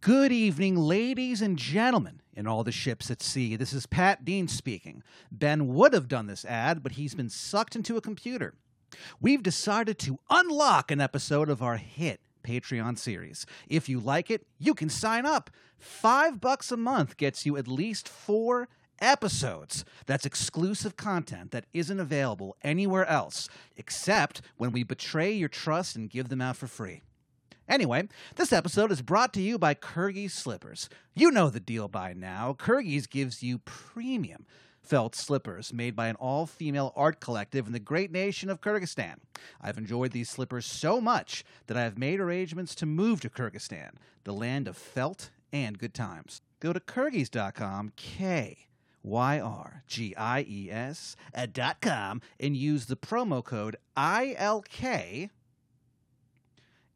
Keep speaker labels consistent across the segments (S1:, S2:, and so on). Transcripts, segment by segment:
S1: Good evening, ladies and gentlemen, and all the ships at sea. This is Pat Dean speaking. Ben would have done this ad, but he's been sucked into a computer. We've decided to unlock an episode of our hit Patreon series. If you like it, you can sign up. Five bucks a month gets you at least four episodes. That's exclusive content that isn't available anywhere else, except when we betray your trust and give them out for free. Anyway, this episode is brought to you by Kurgi Slippers. You know the deal by now. Kurgi's gives you premium felt slippers made by an all female art collective in the great nation of Kyrgyzstan. I've enjoyed these slippers so much that I have made arrangements to move to Kyrgyzstan, the land of felt and good times. Go to Kyrgyz.com, K Y R G I E S, uh, dot com, and use the promo code ILK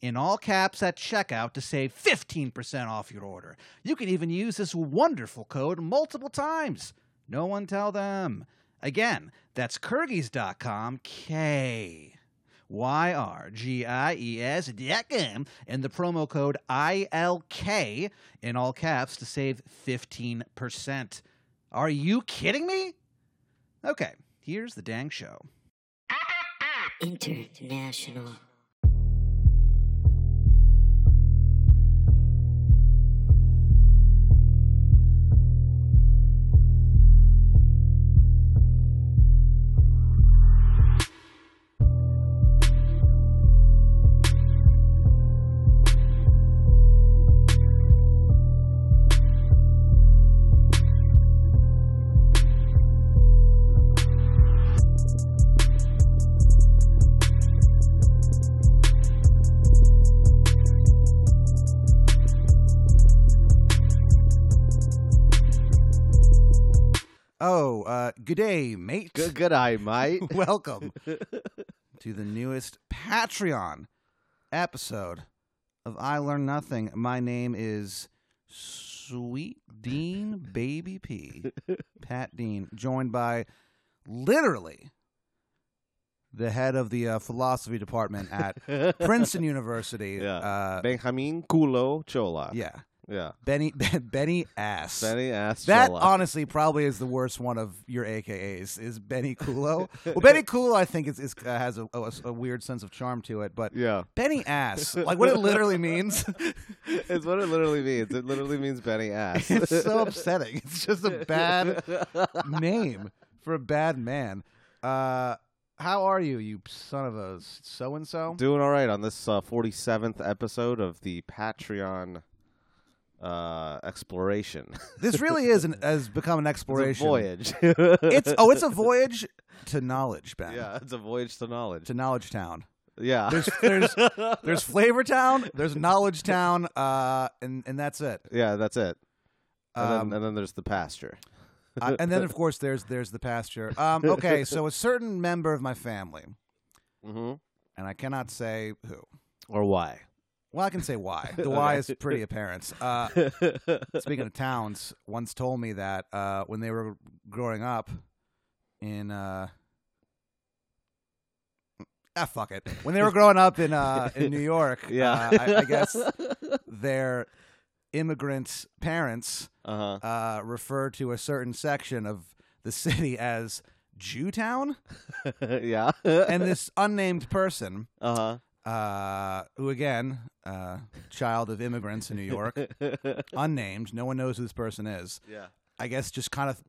S1: in all caps at checkout to save 15% off your order. You can even use this wonderful code multiple times. No one tell them. Again, that's Kyrgyz.com, K Y R G I E S dot com, and the promo code ILK in all caps to save 15%. Are you kidding me? Okay, here's the dang show.
S2: International.
S1: Oh, uh, good day, mate.
S3: Good, good eye, mate.
S1: Welcome to the newest Patreon episode of I Learn Nothing. My name is Sweet Dean Baby P. Pat Dean, joined by literally the head of the uh, philosophy department at Princeton University.
S3: Yeah.
S1: Uh,
S3: Benjamin Culo Chola.
S1: yeah.
S3: Yeah.
S1: Benny, Benny Ass.
S3: Benny asked
S1: That
S3: Chola.
S1: honestly probably is the worst one of your AKAs is Benny Kulo. well, Benny Kulo, I think is, is uh, has a, a, a weird sense of charm to it, but
S3: yeah.
S1: Benny ass, like what it literally means,
S3: it's what it literally means. It literally means Benny ass.
S1: it's so upsetting. It's just a bad name for a bad man. Uh, how are you, you son of a so and so?
S3: Doing all right on this uh, 47th episode of the Patreon uh, exploration.
S1: This really is an, has become an
S3: it's a
S1: exploration.
S3: voyage.
S1: It's oh, it's a voyage to knowledge, Ben.
S3: yeah, it's a voyage to knowledge.
S1: To knowledge town.
S3: yeah.
S1: There's there's there's Flavor Town, there's Knowledge Town, uh, and and that's it.
S3: yeah, that's it. And,
S1: Um,
S3: then, and then there's the pasture.
S1: Uh, and then of course there's there's the pasture. Um, okay, so a certain member of my family, Mm-hmm.
S3: hmm
S1: and I cannot say who.
S3: Or why?
S1: Well, I can say why. The why is pretty apparent. Uh, speaking of towns, once told me that uh, when they were growing up in uh, ah fuck it, when they were growing up in uh, in New York,
S3: Yeah.
S1: uh, I, I guess their immigrant parents
S3: Uh-huh.
S1: uh, refer to a certain section of the city as Jewtown,
S3: yeah.
S1: and this unnamed person.
S3: uh-huh.
S1: Uh, who again, uh, child of immigrants in New York, unnamed. No one knows who this person is.
S3: Yeah.
S1: I guess just kind of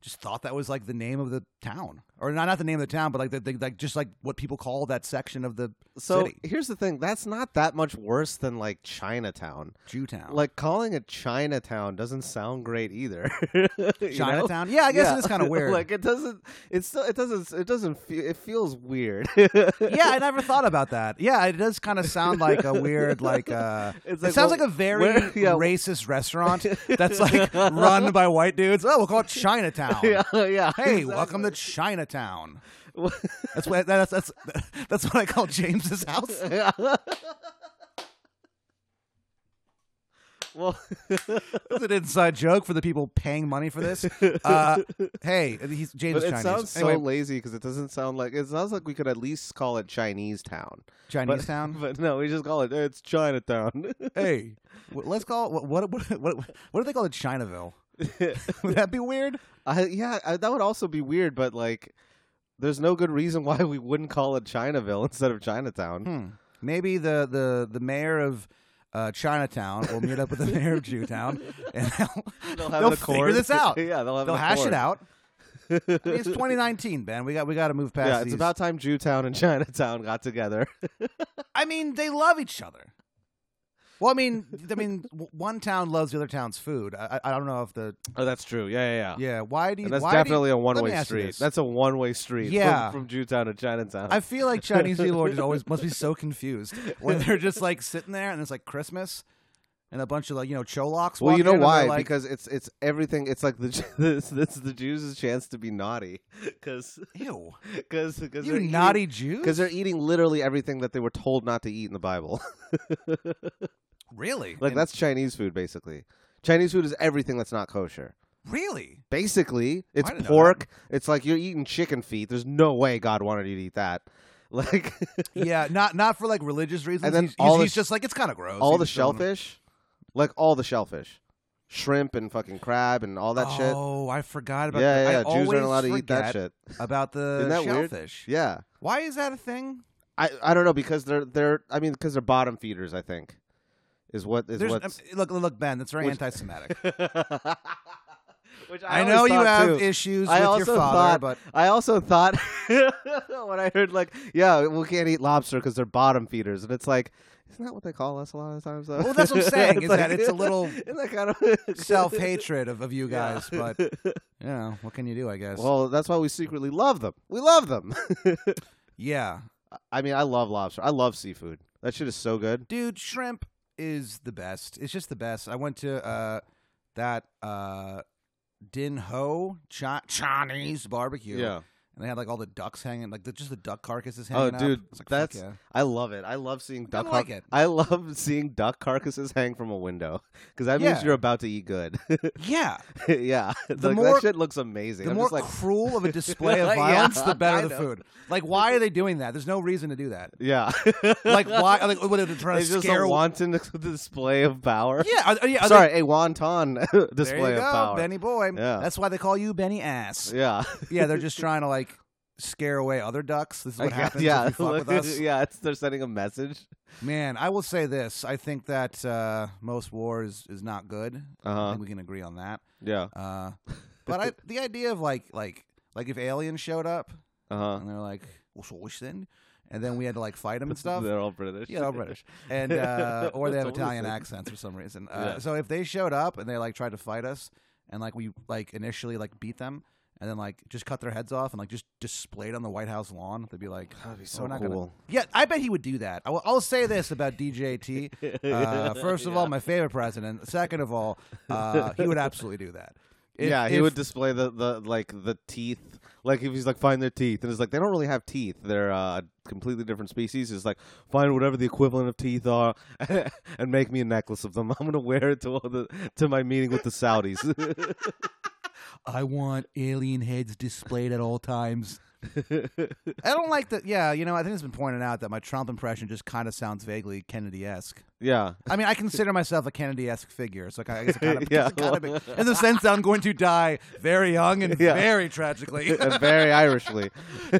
S1: just thought that was like the name of the town, or not not the name of the town, but like the, the like just like what people call that section of the
S3: So
S1: city,
S3: here's the thing. That's not that much worse than like Chinatown.
S1: Jewtown,
S3: Like calling it Chinatown doesn't sound great either. You know?
S1: Chinatown. Yeah, I guess
S3: Yeah.
S1: it's kind of weird.
S3: like it doesn't. It's still. It doesn't. It doesn't. Feel, it feels weird.
S1: Oh. yeah, I never thought about that. Yeah, it does kind of sound like a weird, like uh, it
S3: It's like,
S1: sounds
S3: well,
S1: like a very
S3: where- yeah.
S1: racist restaurant that's like run by white dudes. Oh, we'll call it Chinatown.
S3: yeah. Yeah.
S1: Hey, welcome to Chinatown. That's what that's that's that's what I call James's house.
S3: to. Well,
S1: It's an inside joke for the people paying money for this. Uh, hey, he's James
S3: but
S1: is
S3: it
S1: Chinese.
S3: sounds
S1: anyway,
S3: so lazy because it doesn't sound like it sounds like we could at least call it Chinese Town.
S1: Chinese
S3: But,
S1: town.
S3: but no, we just call it eh, it's Chinatown.
S1: hey, w- let's call what what what what, what do they call it? Chinaville. Would that be weird?
S3: I, yeah, I, that would also be weird, but like, there's no good reason why we wouldn't call it Chinaville instead of Chinatown.
S1: Hmm. Maybe the the the mayor of uh, Chinatown will meet up with the mayor of Jewtown, and they'll,
S3: They'll have
S1: they'll
S3: an
S1: figure
S3: accord.
S1: this out.
S3: yeah, they'll have
S1: They'll
S3: an
S1: hash
S3: accord.
S1: it out. I mean, it's 2019, Ben. We got we got to move past.
S3: Yeah, it's
S1: these.
S3: about time Jewtown and Chinatown got together.
S1: I mean, they love each other. Well, I mean, I mean, w- one town loves the other town's food. I, I I don't know if the
S3: oh, that's true. Yeah, yeah, yeah.
S1: yeah. Why do you?
S3: And that's
S1: why do you-
S3: definitely a one-way
S1: ask you
S3: street.
S1: this.
S3: That's a one-way street. from-
S1: Yeah.
S3: from, Jewtown to Chinatown.
S1: I feel like Chinese people are just always must be so confused when they're just like sitting there and it's like Christmas and a bunch of like you know cholocks.
S3: well,
S1: walk
S3: you know
S1: in and they're
S3: why?
S1: Like,
S3: because it's it's everything. It's like the this, this the Jews' chance to be naughty, because
S1: ew,
S3: because
S1: you naughty Jews.
S3: because they're eating literally everything that they were told not to eat in the Bible.
S1: really
S3: Like
S1: And-
S3: that's Chinese food basically. Chinese food is everything that's not kosher.
S1: really
S3: Basically, it's
S1: didn't know that.
S3: pork. It's like you're eating chicken feet. There's no way God wanted you to eat that. Like
S1: yeah not not for like religious reasons.
S3: then
S1: he's,
S3: all
S1: he's,
S3: the
S1: he's
S3: sh-
S1: just like it's kind of gross.
S3: all
S1: You
S3: the
S1: just don't wanna-
S3: shellfish, like all the shellfish, shrimp and fucking crab and all that shit.
S1: Oh, I forgot
S3: Yeah,
S1: about
S3: yeah,
S1: that.
S3: yeah.
S1: I
S3: Jews
S1: always
S3: aren't allowed to eat that
S1: forget
S3: shit.
S1: About the
S3: Isn't that weird?
S1: shellfish.
S3: Yeah,
S1: Why is that a thing?
S3: I I don't know because they're they're I mean because they're bottom feeders. I think is what is
S1: There's,
S3: what.
S1: um, look, look, Ben, that's very
S3: Which-
S1: anti-Semitic.
S3: Which
S1: I,
S3: always
S1: know you
S3: thought,
S1: have
S3: too.
S1: issues
S3: I
S1: with
S3: also
S1: your father,
S3: thought,
S1: but
S3: I also thought when I heard like, yeah, we can't eat lobster because they're bottom feeders, and it's like, isn't that what they call us a lot of times? Though?
S1: Well, that's what I'm saying, is that it's a little
S3: isn't that kind of
S1: self-hatred of, of you guys.
S3: Yeah.
S1: But you know, what can you do? I guess.
S3: well, that's why we secretly love them. We love them.
S1: yeah,
S3: I mean, I love lobster. I love seafood. That shit is so good.
S1: dude, shrimp is the best. It's just the best. I went to uh, that uh, Din Ho Chi- Chinese barbecue. and they had like all the ducks hanging, like the, just the duck carcasses
S3: Oh,
S1: hanging. up.
S3: dude,
S1: It's like, fuck
S3: that's
S1: yeah.
S3: I love it. I love seeing duck.
S1: kinda
S3: car-
S1: like it.
S3: I love seeing duck carcasses hang from a window because that means
S1: Yeah.
S3: you're about to eat good.
S1: yeah.
S3: yeah, It's
S1: The
S3: like,
S1: more-
S3: that shit looks amazing.
S1: The
S3: I'm
S1: more
S3: just like,
S1: cruel of a display of
S3: Yeah,
S1: violence, the
S3: I
S1: better the
S3: know.
S1: food. Like, why are they doing that? There's no reason to do that.
S3: yeah,
S1: Like, why? Like, what are they trying
S3: it's
S1: to
S3: just
S1: scare?
S3: a wanton display of power.
S1: yeah, are, are- yeah. Are
S3: Sorry, a wanton
S1: they, there
S3: display
S1: you
S3: of
S1: go,
S3: power.
S1: Benny boy.
S3: Yeah.
S1: That's why they call you Benny ass.
S3: Yeah,
S1: Yeah, they're just trying to like scare away other ducks. This is
S3: I
S1: what
S3: guess-
S1: happens
S3: yeah,
S1: if you fuck with us.
S3: yeah. It's, they're sending a message.
S1: Man, I will say this: I think that uh, most war is is not good. I
S3: Uh huh.
S1: think we can agree on that.
S3: Yeah.
S1: Uh, but I, the idea of like like like if aliens showed up
S3: Uh huh.
S1: and they're like, "What's what's then?" and then we had to like fight them and stuff.
S3: They're all British.
S1: Yeah, all British, and uh, or they have
S3: Totally
S1: Italian
S3: sick.
S1: accents for some reason. Uh,
S3: Yeah.
S1: So if they showed up and they like tried to fight us, and like we like initially like beat them, and then like just cut their heads off and like just displayed on the White House lawn, they'd be like,
S3: That'd be
S1: "Oh,
S3: so
S1: we're not gonna-"
S3: cool.
S1: Yeah, I bet he would do that. I will, I'll say this about DJT. Uh, first of all, my favorite president. Second of all, uh, he would absolutely do that. If-
S3: yeah, he
S1: if-
S3: would display the, the like the teeth. Like if he's like find their teeth, and it's like they don't really have teeth. They're uh, a completely different species. It's like find whatever the equivalent of teeth are, and make me a necklace of them. I'm gonna wear it to all the to my meeting with the Saudis.
S1: I want alien heads displayed at all times. I don't like that. Yeah, you know, I think it's been pointed out that my Trump impression just kind of sounds vaguely Kennedy esque.
S3: yeah,
S1: I mean, I consider myself a Kennedy esque figure, so I guess I kind of,
S3: Yeah,
S1: in the sense that I'm going to die very young and
S3: Yeah.
S1: very tragically.
S3: and very Irishly.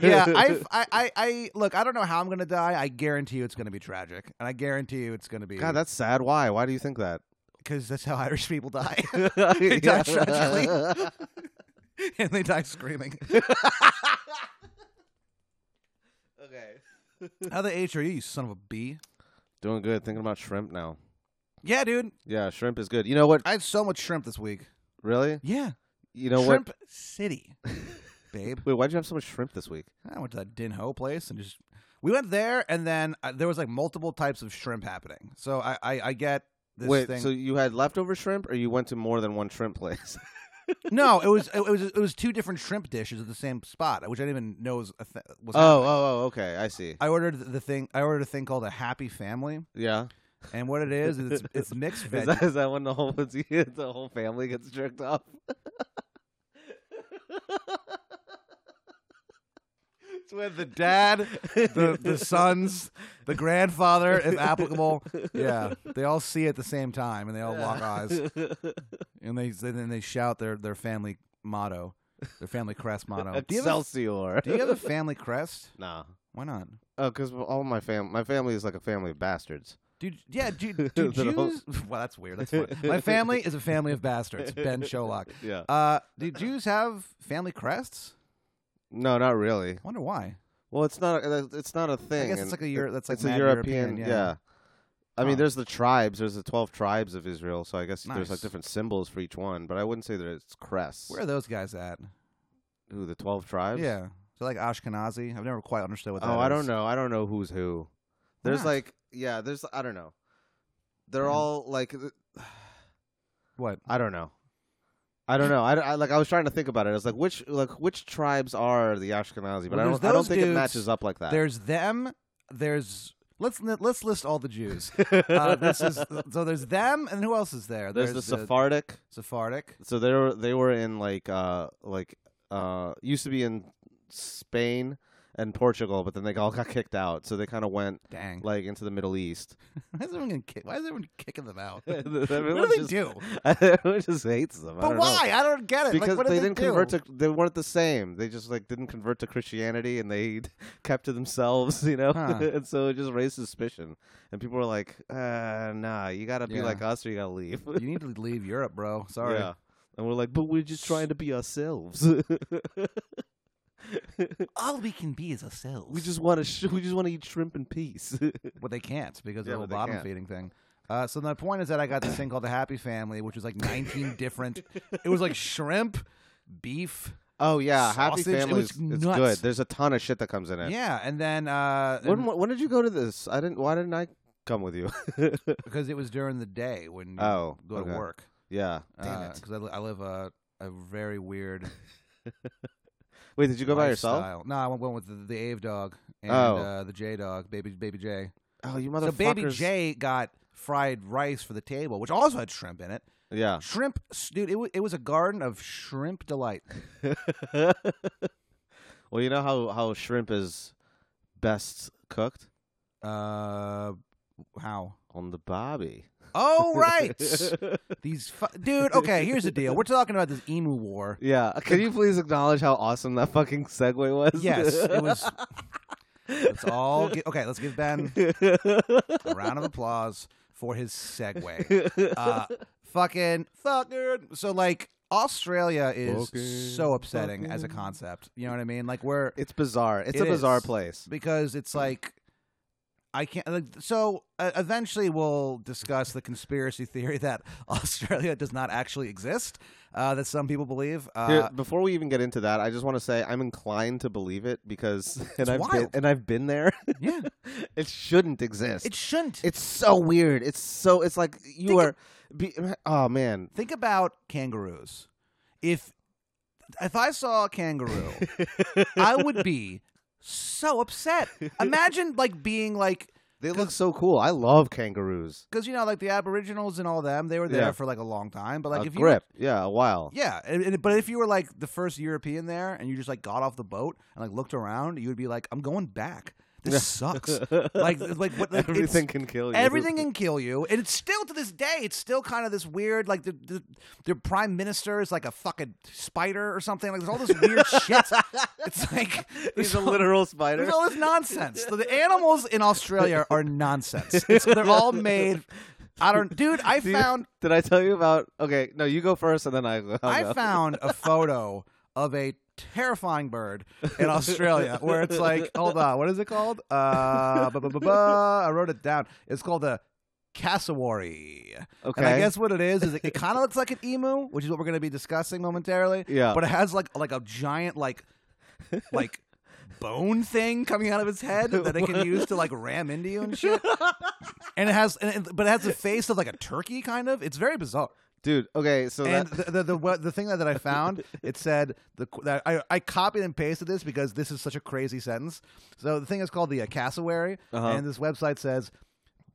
S1: yeah, I've, I, I, I, look, I don't know how I'm going to die. I guarantee you it's going to be tragic, and I guarantee you it's going to be
S3: God, that's sad. Why? Why do you think that?
S1: because that's how Irish people die,
S3: Yeah.
S1: died tragically. and they die screaming.
S3: okay.
S1: How the H are you, you son of a B?
S3: Doing good. Thinking about shrimp now.
S1: Yeah, dude,
S3: Yeah, shrimp is good. You know what?
S1: I had so much shrimp this week.
S3: Really?
S1: Yeah,
S3: You know
S1: Shrimp City, babe.
S3: what? Wait, why'd you have so much shrimp this week?
S1: I went to that Din Ho place and just we went there, and then uh, there was like multiple types of shrimp happening. So I I, I get this
S3: Wait,
S1: thing.
S3: so you had leftover shrimp, or you went to more than one shrimp place?
S1: no, it was it, was it was two different shrimp dishes at the same spot, which I didn't even know was a th- was.
S3: oh,
S1: happening.
S3: oh, oh, okay, I see.
S1: I ordered the thing. I ordered a thing called a Happy Family,
S3: Yeah,
S1: And what it is, is it's, it's mixed
S3: Is
S1: veggies.
S3: that, is that when the whole the whole family gets jerked off?
S1: It's when the dad, the, the sons, the grandfather, if applicable, yeah, they all see at the same time and they
S3: Oh,
S1: all lock eyes and they then they shout their their family motto, their family crest motto. Do you, have a,
S3: Excelsior.
S1: do you have a family crest?
S3: Nah.
S1: Why not,
S3: Oh, because all my fam, my family is like a family of bastards.
S1: dude? Yeah, dude. Do
S3: That all-
S1: Jews? Well, that's weird. That's fine. My family is a family of bastards. Ben Sholok.
S3: Yeah.
S1: Uh, do Jews have family crests?
S3: No, not really.
S1: I wonder why.
S3: Well, it's not. A, it's not a thing.
S1: guess it's
S3: and
S1: like a Euro-
S3: it-
S1: that's like
S3: it's a
S1: mad European,
S3: European. yeah.
S1: yeah. Oh.
S3: I mean,
S1: Huh.
S3: there's the tribes. There's the twelve tribes of Israel. So I guess there's
S1: Nice.
S3: like different symbols for each one. But I wouldn't say that it's crests.
S1: Where are those guys at?
S3: Who the twelve tribes?
S1: Yeah. So like Ashkenazi. I've never quite understood what that
S3: Oh, I don't
S1: is.
S3: know. I don't know who's who.
S1: Why
S3: There's
S1: not?
S3: like yeah. There's I don't know. They're
S1: Mhm.
S3: all like th-
S1: What?
S3: I don't know. I don't know. I, I- like I was trying to think about it. I was like which like which tribes are the Ashkenazi, but
S1: Well,
S3: I
S1: there's
S3: don't I don't
S1: those
S3: think it
S1: dudes.
S3: matches up like that.
S1: There's them. There's let's li- let's list all the Jews. Uh, this is so there's them and who else is there?
S3: There's, the Sephardic.
S1: Sephardic.
S3: So they were they were in like uh like uh used to be in Spain and Portugal, but then they all got kicked out. So they kind of went
S1: Dang.
S3: like into the Middle East.
S1: why is everyone gonna kick, why is everyone kicking them out? what do
S3: Everyone
S1: they
S3: just,
S1: do?
S3: Everyone just hates them. I
S1: But
S3: don't know.
S1: why? I don't get it.
S3: Because
S1: like, what
S3: they
S1: did
S3: didn't
S1: they do?
S3: convert to, they weren't the same. They just like didn't convert to Christianity, and they kept to themselves, you know.
S1: Huh.
S3: and so it just raised suspicion, and people were like, uh, "Nah, you gotta be
S1: Yeah.
S3: like us, or you gotta leave."
S1: You need to leave Europe, bro. Sorry.
S3: Yeah. And we're like, but we're just trying to be ourselves.
S1: All we can be is ourselves.
S3: we just want to. Sh- we just want to eat shrimp in peace.
S1: Well, they can't because
S3: Yeah,
S1: of the whole
S3: but they
S1: bottom
S3: can't.
S1: feeding thing. Uh, so my point is that I got this thing called the Happy Family, which was like 19 different. It was like shrimp, beef.
S3: oh yeah, happy
S1: Sausage? It
S3: families.
S1: was
S3: It's
S1: nuts.
S3: good. There's a ton of shit that comes in it.
S1: Yeah, and then uh,
S3: When
S1: and-
S3: when did you go to this? I didn't. Why didn't I come with you?
S1: because it was during the day when you
S3: Oh,
S1: go
S3: okay.
S1: to work.
S3: yeah. Uh,
S1: Because I, li- I live a a very weird.
S3: Wait, did you go by yourself?
S1: lifestyle. No, I went- went with the, the Ave dog and
S3: Oh.
S1: uh, the J dog, baby baby J.
S3: Oh, you
S1: So
S3: motherfuckers.
S1: baby J got fried rice for the table, which also had shrimp in it.
S3: Yeah.
S1: Shrimp, dude. It, wa it was a garden of shrimp delight.
S3: well, you know how how shrimp is best cooked
S1: Uh, how?
S3: on the bobby.
S1: Oh, right. These fu- dude. Okay, here's the deal. We're talking about this emu war.
S3: Yeah. Can you please acknowledge how awesome that fucking segue was?
S1: Yes, it was. Let's all gi- okay. Let's give Ben a round of applause for his segue. Uh, fucking fucking. So like. Australia is
S3: Fucking,
S1: so upsetting as a
S3: fucking.
S1: concept. You know what I mean? Like we're
S3: It's bizarre. It's
S1: It
S3: a bizarre
S1: is.
S3: place.
S1: because it's like I can't. Like, so uh, eventually, we'll discuss the conspiracy theory that Australia does not actually exist. Uh, that some people believe. Uh,
S3: Here, before we even get into that, I just want to say I'm inclined to believe it because and I've been,
S1: wild.
S3: and I've been there.
S1: yeah,
S3: it shouldn't exist.
S1: it shouldn't.
S3: it's so weird. It's so it's like you
S1: Think
S3: are. be, oh man,
S1: Think about kangaroos. If if I saw a kangaroo, I would be so upset. Imagine like being like
S3: they look so cool. I love kangaroos.
S1: because you know like the Aboriginals and all them they were there
S3: Yeah.
S1: for like a long time, but like
S3: a
S1: if you
S3: grip, yeah, a while.
S1: Yeah, and, and- but if you were like the first European there, and you just like got off the boat and like looked around, you would be like, "I'm going back. This sucks. like, like what? Like, it's-
S3: everything can kill you.
S1: everything can kill you." And it's still to this day, it's still kind of this weird. Like the, the their prime minister is like a fucking spider or something. Like there's all this weird shit. It's like
S3: He's
S1: there's
S3: a
S1: all-
S3: literal spider.
S1: There's all this nonsense. The the animals in Australia are nonsense. It's, they're all made. I don't, dude. I
S3: Do you-
S1: found
S3: Did I tell you about? Okay, no, you go first, and then I. I'll
S1: I
S3: go.
S1: found a photo of a terrifying bird in Australia where it's like, hold on, what is it called? Uh, ba, ba, ba, ba. I wrote it down. It's called the cassowary.
S3: Okay.
S1: And I guess what it is is it, it kind of looks like an emu, which is what we're going to be discussing momentarily.
S3: Yeah.
S1: But it has like like a giant like like bone thing coming out of its head that it can use to like ram into you and shit. and it has, and it, but it has the face of like a turkey, kind of. It's very bizarre
S3: dude. Okay, so
S1: and
S3: that,
S1: the, the the what- the thing that, that I found it said the qu- that I, I copied and pasted this because this is such a crazy sentence. So the thing is called the uh, cassowary,
S3: Uh-huh.
S1: and this website says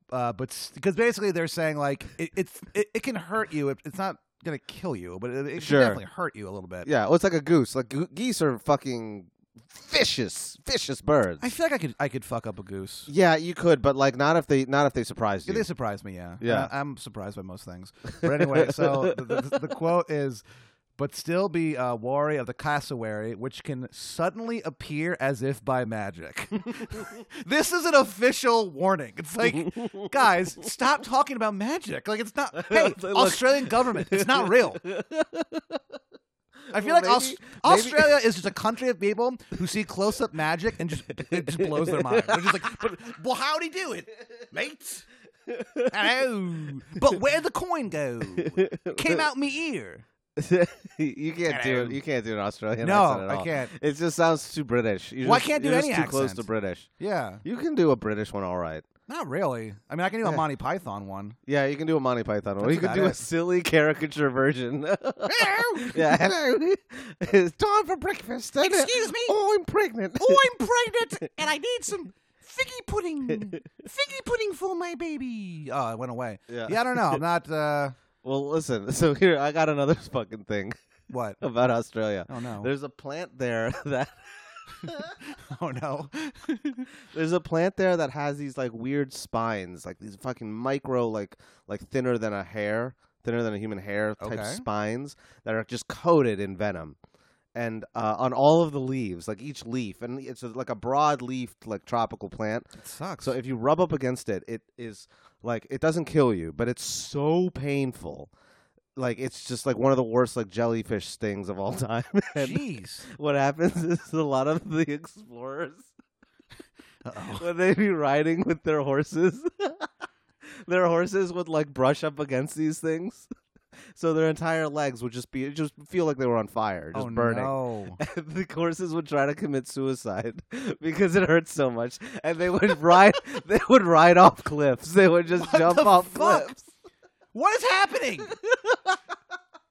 S1: uh, but because basically they're saying like it, it's it, it can hurt you. It, it's not gonna kill you, but it, it
S3: Sure.
S1: should definitely hurt you a little bit.
S3: Yeah, well, it's like a goose. Like goo- geese are fucking vicious, vicious birds.
S1: I feel like I could I could fuck up a goose.
S3: yeah, you could, but like not if they not if they surprise you.
S1: They surprise me, yeah.
S3: Yeah.
S1: I, am surprised by most things. But anyway, so the, the, the quote is, "But still be uh, wary of the cassowary, which can suddenly appear as if by magic." this is an official warning. It's like, guys, stop talking about magic. Like it's not. Hey,
S3: Look.
S1: Australian government, it's not real. I feel
S3: Well,
S1: like Aus-
S3: maybe-
S1: Australia is just a country of people who see close-up magic and just it just blows their mind. They're just like, but, well, how'd he do it, mate? Hello. But where'd the coin go? It came out me ear.
S3: you can't do it. You can't do an Australian
S1: No,
S3: accent at
S1: I
S3: all.
S1: can't.
S3: It just sounds too British. You
S1: Well, I
S3: just-
S1: can't do
S3: you're just
S1: any
S3: too close to
S1: accent.
S3: British.
S1: Yeah,
S3: You can do a British one, all right.
S1: not really. I mean, I can do a Monty Python one.
S3: Yeah, you can do a Monty Python one. You can
S1: about
S3: do a
S1: it.
S3: silly caricature version. yeah, hello. It's time for breakfast. isn't it?
S1: Excuse me?
S3: Oh, I'm pregnant.
S1: I'm pregnant and I need some figgy pudding. Figgy pudding for my baby. Oh, it went away.
S3: Yeah.
S1: I don't know. I'm not. Uh,
S3: Well, listen. So here, I got another fucking thing
S1: what?
S3: about Australia.
S1: Oh no.
S3: There's a plant there that
S1: Oh no.
S3: there's a plant there that has these like weird spines, like these fucking micro, like like thinner than a hair, thinner than a human hair type
S1: Okay.
S3: spines that are just coated in venom, and uh, on all of the leaves, like each leaf, and it's a, like a broad leafed like tropical plant.
S1: It sucks.
S3: So if you rub up against it, it is like it doesn't kill you, but it's so painful. Like it's just like one of the worst like jellyfish stings of all time. and
S1: Jeez.
S3: what happens is a lot of the explorers
S1: Uh-oh.
S3: when they be riding with their horses, their horses would like brush up against these things. So their entire legs would just be it'd just feel like they were on fire, just
S1: oh,
S3: burning.
S1: No.
S3: And the horses would try to commit suicide because it hurts so much, and they would ride. they would ride off cliffs. They would just
S1: What
S3: jump
S1: the
S3: off
S1: fuck?
S3: cliffs.
S1: What is happening?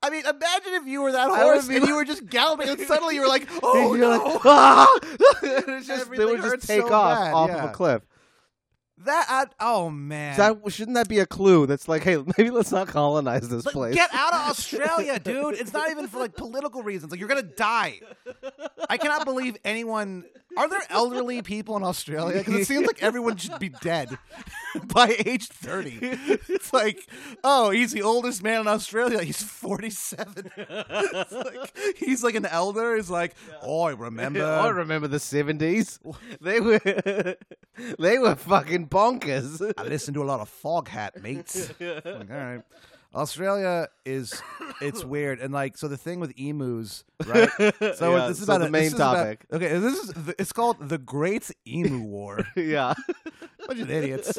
S1: I mean, imagine if you were that
S3: I would
S1: horse
S3: be
S1: and you were just galloping, and suddenly you were like, "Oh
S3: You're
S1: no!"
S3: like, "Ah!" And it's just- they
S1: Everything
S3: would just
S1: hurts
S3: take
S1: so
S3: off
S1: bad,
S3: off of
S1: yeah.
S3: a cliff.
S1: that I, oh man,
S3: That shouldn't that be a clue? That's like, hey, maybe let's not colonize this
S1: Like,
S3: place.
S1: get out of Australia, dude. It's not even for like political reasons. Like you're gonna die. I cannot believe anyone. Are there elderly people in Australia? Because it seems like everyone should be dead by age thirty. It's like, oh, he's the oldest man in Australia. He's forty-seven. It's like, he's like an elder. He's like, oh, I remember.
S3: I remember the seventies. They were they were fucking bonkers.
S1: I listen to a lot of fog hat mates. like, all right. Australia is it's weird and like so the thing with emus, right? So
S3: Yeah,
S1: this is
S3: so
S1: about
S3: the
S1: a-
S3: main
S1: this is about-
S3: topic.
S1: okay, this is the, it's called the Great Emu War.
S3: yeah,
S1: bunch of idiots.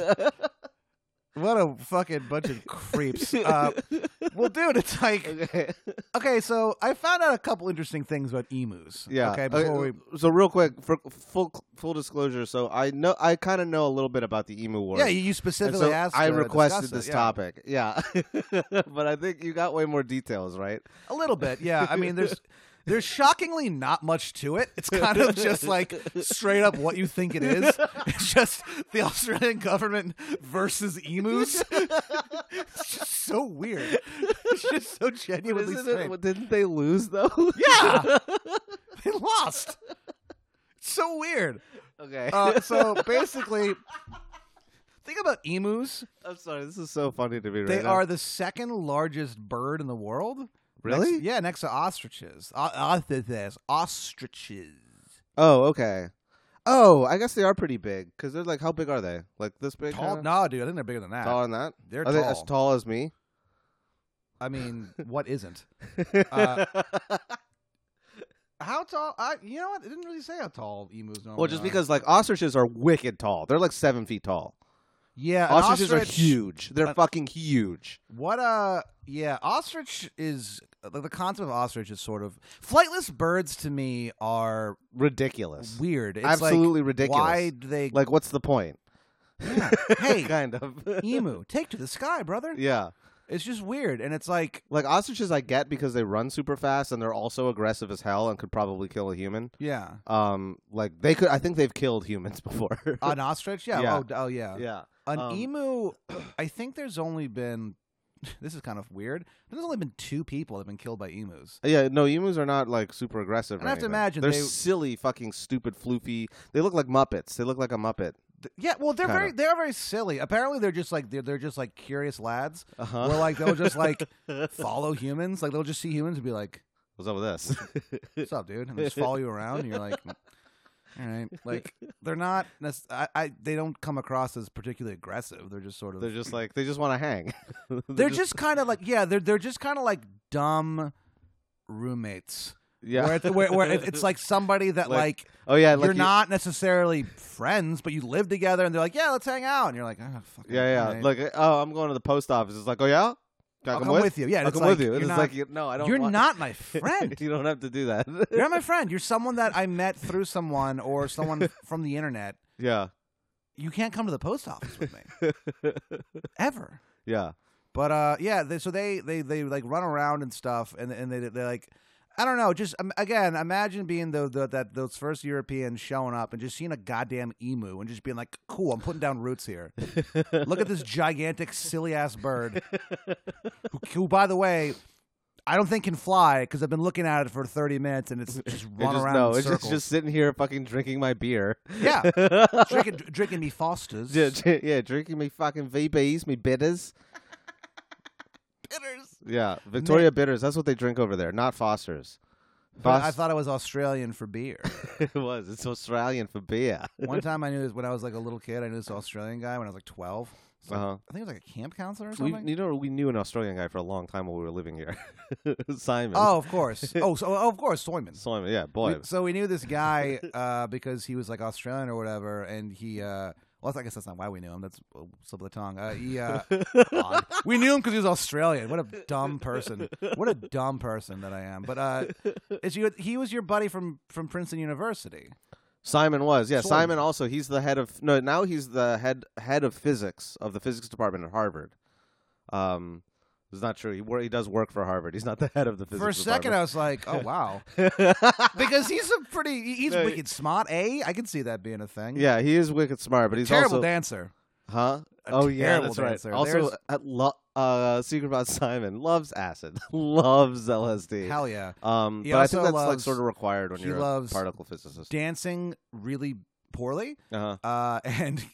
S1: What a fucking bunch of creeps. Uh, well, dude, it's like
S3: Okay.
S1: okay. So I found out a couple interesting things about emus.
S3: yeah. uh,
S1: Okay. Before we,
S3: So real quick, for full full disclosure. So I know I kind of know a little bit about the emu war.
S1: yeah, you
S3: And
S1: specifically
S3: so
S1: asked.
S3: I
S1: to discuss
S3: requested
S1: it,
S3: this
S1: yeah.
S3: topic. Yeah, but I think you got way more details, right?
S1: A little bit, yeah. I mean, there's there's shockingly not much to it. It's kind of just like straight up what you think it is. It's just the Australian government versus emus. it's just so weird. It's just so genuinely
S3: Isn't
S1: strange.
S3: it, didn't they lose though?
S1: yeah, they lost. It's so weird.
S3: okay.
S1: Uh, so basically, think about emus.
S3: I'm sorry. This is so funny to me.
S1: They
S3: right now.
S1: are the second largest bird in the world.
S3: Really?
S1: Next- yeah, next to ostriches. O- ostriches. Ostriches.
S3: Oh, okay. Oh, I guess they are pretty big because they're like, how big are they? Like this big?
S1: Tall?
S3: kinda?
S1: No, dude, I think they're bigger than that.
S3: taller than that?
S1: They're
S3: Are
S1: tall.
S3: they as tall as me?
S1: I mean, what isn't? Uh, How tall? I, you know what? It didn't really say how tall emus normally
S3: well, just
S1: are.
S3: because like ostriches are wicked tall. They're like seven feet tall.
S1: Yeah, an
S3: ostriches
S1: ostrich-
S3: are huge. They're
S1: an-
S3: fucking huge.
S1: What, uh, yeah, ostrich is. The the concept of ostrich is sort of flightless birds to me are
S3: Ridiculous.
S1: weird. It's
S3: Absolutely
S1: like,
S3: ridiculous.
S1: why do they?
S3: Like, what's the point?
S1: Yeah. hey,
S3: kind of.
S1: emu, take to the sky, brother.
S3: yeah.
S1: It's just weird, and it's like,
S3: Like ostriches, I get because they run super fast and they're also aggressive as hell and could probably kill a human.
S1: yeah,
S3: Um, like they could. I think they've killed humans before.
S1: an ostrich. Yeah.
S3: Yeah.
S1: Oh, d- oh, yeah.
S3: yeah.
S1: An
S3: Um,
S1: emu. I think there's only been. This is kind of weird. but There's only been two people that have been killed by emus.
S3: Yeah, no, emus are not like super aggressive. or
S1: And I have to
S3: anything.
S1: imagine
S3: they're
S1: they-
S3: silly, fucking stupid, floofy. They look like Muppets. They look like a Muppet.
S1: Th- Yeah, well, they're
S3: Kinda.
S1: very they're very silly. Apparently, they're just like they're, they're just like curious lads.
S3: Uh
S1: Where
S3: huh.
S1: like they'll just like follow humans. Like they'll just see humans and be like,
S3: What's up with this?
S1: "What's up, dude?" And they just follow you around. And you're like, "Mm, "All right." Like they're not. nec- I, I they don't come across as particularly aggressive. They're just sort of
S3: they're just like they just want to hang. they're,
S1: they're just kind of like yeah they're they're just kind of like dumb roommates
S3: yeah.
S1: where, it's, where, where it- it's like somebody that
S3: Like,
S1: like,
S3: oh yeah, like
S1: you're
S3: you-
S1: not necessarily friends but you live together and they're like yeah let's hang out and you're like oh, fucking
S3: Yeah, yeah.
S1: all right.
S3: Like oh, I'm going to the post office. It's like oh yeah, Can I
S1: I'll come with, you yeah
S3: I'll
S1: and it's
S3: come
S1: like,
S3: with you. And
S1: you're
S3: it's
S1: not,
S3: like you- no, I don't.
S1: you're
S3: want-
S1: not my friend
S3: you don't have to do that.
S1: you're not my friend you're someone that I met through someone or someone from the internet
S3: yeah,
S1: you can't come to the post office with me ever
S3: yeah.
S1: But uh, yeah, they, so they they they like run around and stuff, and and they they like. I don't know. Just um, again, imagine being the, the that those first Europeans showing up and just seeing a goddamn emu and just being like, "Cool, I'm putting down roots here. Look at this gigantic, silly ass bird, who, who, by the way, I don't think can fly because I've been looking at it for 30 minutes and it's just
S3: It
S1: run
S3: just,
S1: around
S3: no,
S1: in
S3: it's just,
S1: circles.
S3: just sitting here fucking drinking my beer.
S1: yeah, drinking drinking me Fosters.
S3: yeah, dr- yeah, drinking me fucking VBs, me bitters.
S1: Bitters.
S3: Yeah, Victoria bitters. That's what they drink over there, not Fosters.
S1: But I
S3: Fos-
S1: thought I was Australian for beer.
S3: it was. It's Australian for beer.
S1: One time I knew this when I was like a little kid. I knew this Australian guy when I was like 12. So
S3: Uh-huh.
S1: I think it was like a camp counselor or
S3: We,
S1: something.
S3: you know, we knew an Australian guy for a long time while we were living here, Simon.
S1: oh, of course. Oh, so, oh of course, Soyman.
S3: Simon. Yeah,
S1: We-
S3: boy.
S1: so we knew this guy uh, because he was like Australian or whatever, and he. Uh, well, I guess that's not why we knew him. That's a slip of the tongue. Uh, he, uh, odd. we knew him because he was Australian. What a dumb person! What a dumb person that I am. But uh, it's you. He was your buddy from from Princeton University.
S3: Simon was, yeah.
S1: Simon.
S3: Simon also. He's the head of no. Now he's the head head of physics of the physics department at Harvard. Um, it's not true. He wor- he does work for Harvard. He's not the head of the physics.
S1: For a second, I was like, "Oh wow,"
S3: department.
S1: because he's a pretty he- he's
S3: No, he-
S1: wicked smart. A, I can see that being a thing.
S3: yeah, he is wicked smart, but he's
S1: terrible
S3: also
S1: dancer.
S3: huh.
S1: A
S3: Oh yeah,
S1: terrible
S3: that's right.
S1: dancer.
S3: Also,
S1: There's-
S3: uh, lo- uh, secret about Simon loves acid, loves LSD.
S1: Hell yeah,
S3: um,
S1: He
S3: but I think
S1: also
S3: that's like
S1: loves-
S3: sort of required when
S1: he
S3: you're
S1: loves
S3: a particle physicist.
S1: dancing really poorly,
S3: Uh-huh.
S1: uh, and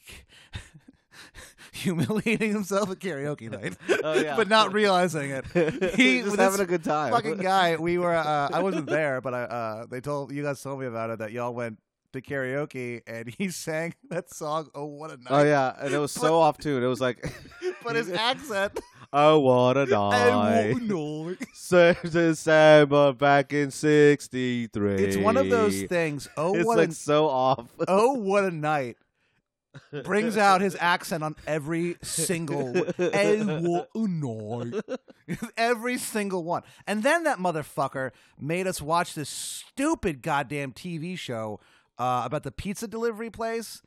S1: humiliating himself at karaoke night,
S3: Oh, yeah.
S1: but not realizing it. He
S3: He's just
S1: this
S3: having a good time.
S1: fucking guy. We were. Uh, I wasn't there, but I, uh, they told you guys told me about it that y'all went to karaoke and he sang that song. Oh, what a night!
S3: Oh yeah, and it was so off tune. It was like,
S1: But his accent.
S3: oh what a
S1: I
S3: night,
S1: won't know.
S3: Save December back in '63.
S1: It's one of those things. Oh,
S3: It's
S1: what
S3: like
S1: a
S3: so off.
S1: oh what a night brings out his accent on every single "Oh, what a night." every single one and then that motherfucker made us watch this stupid goddamn tv show uh, about the pizza delivery place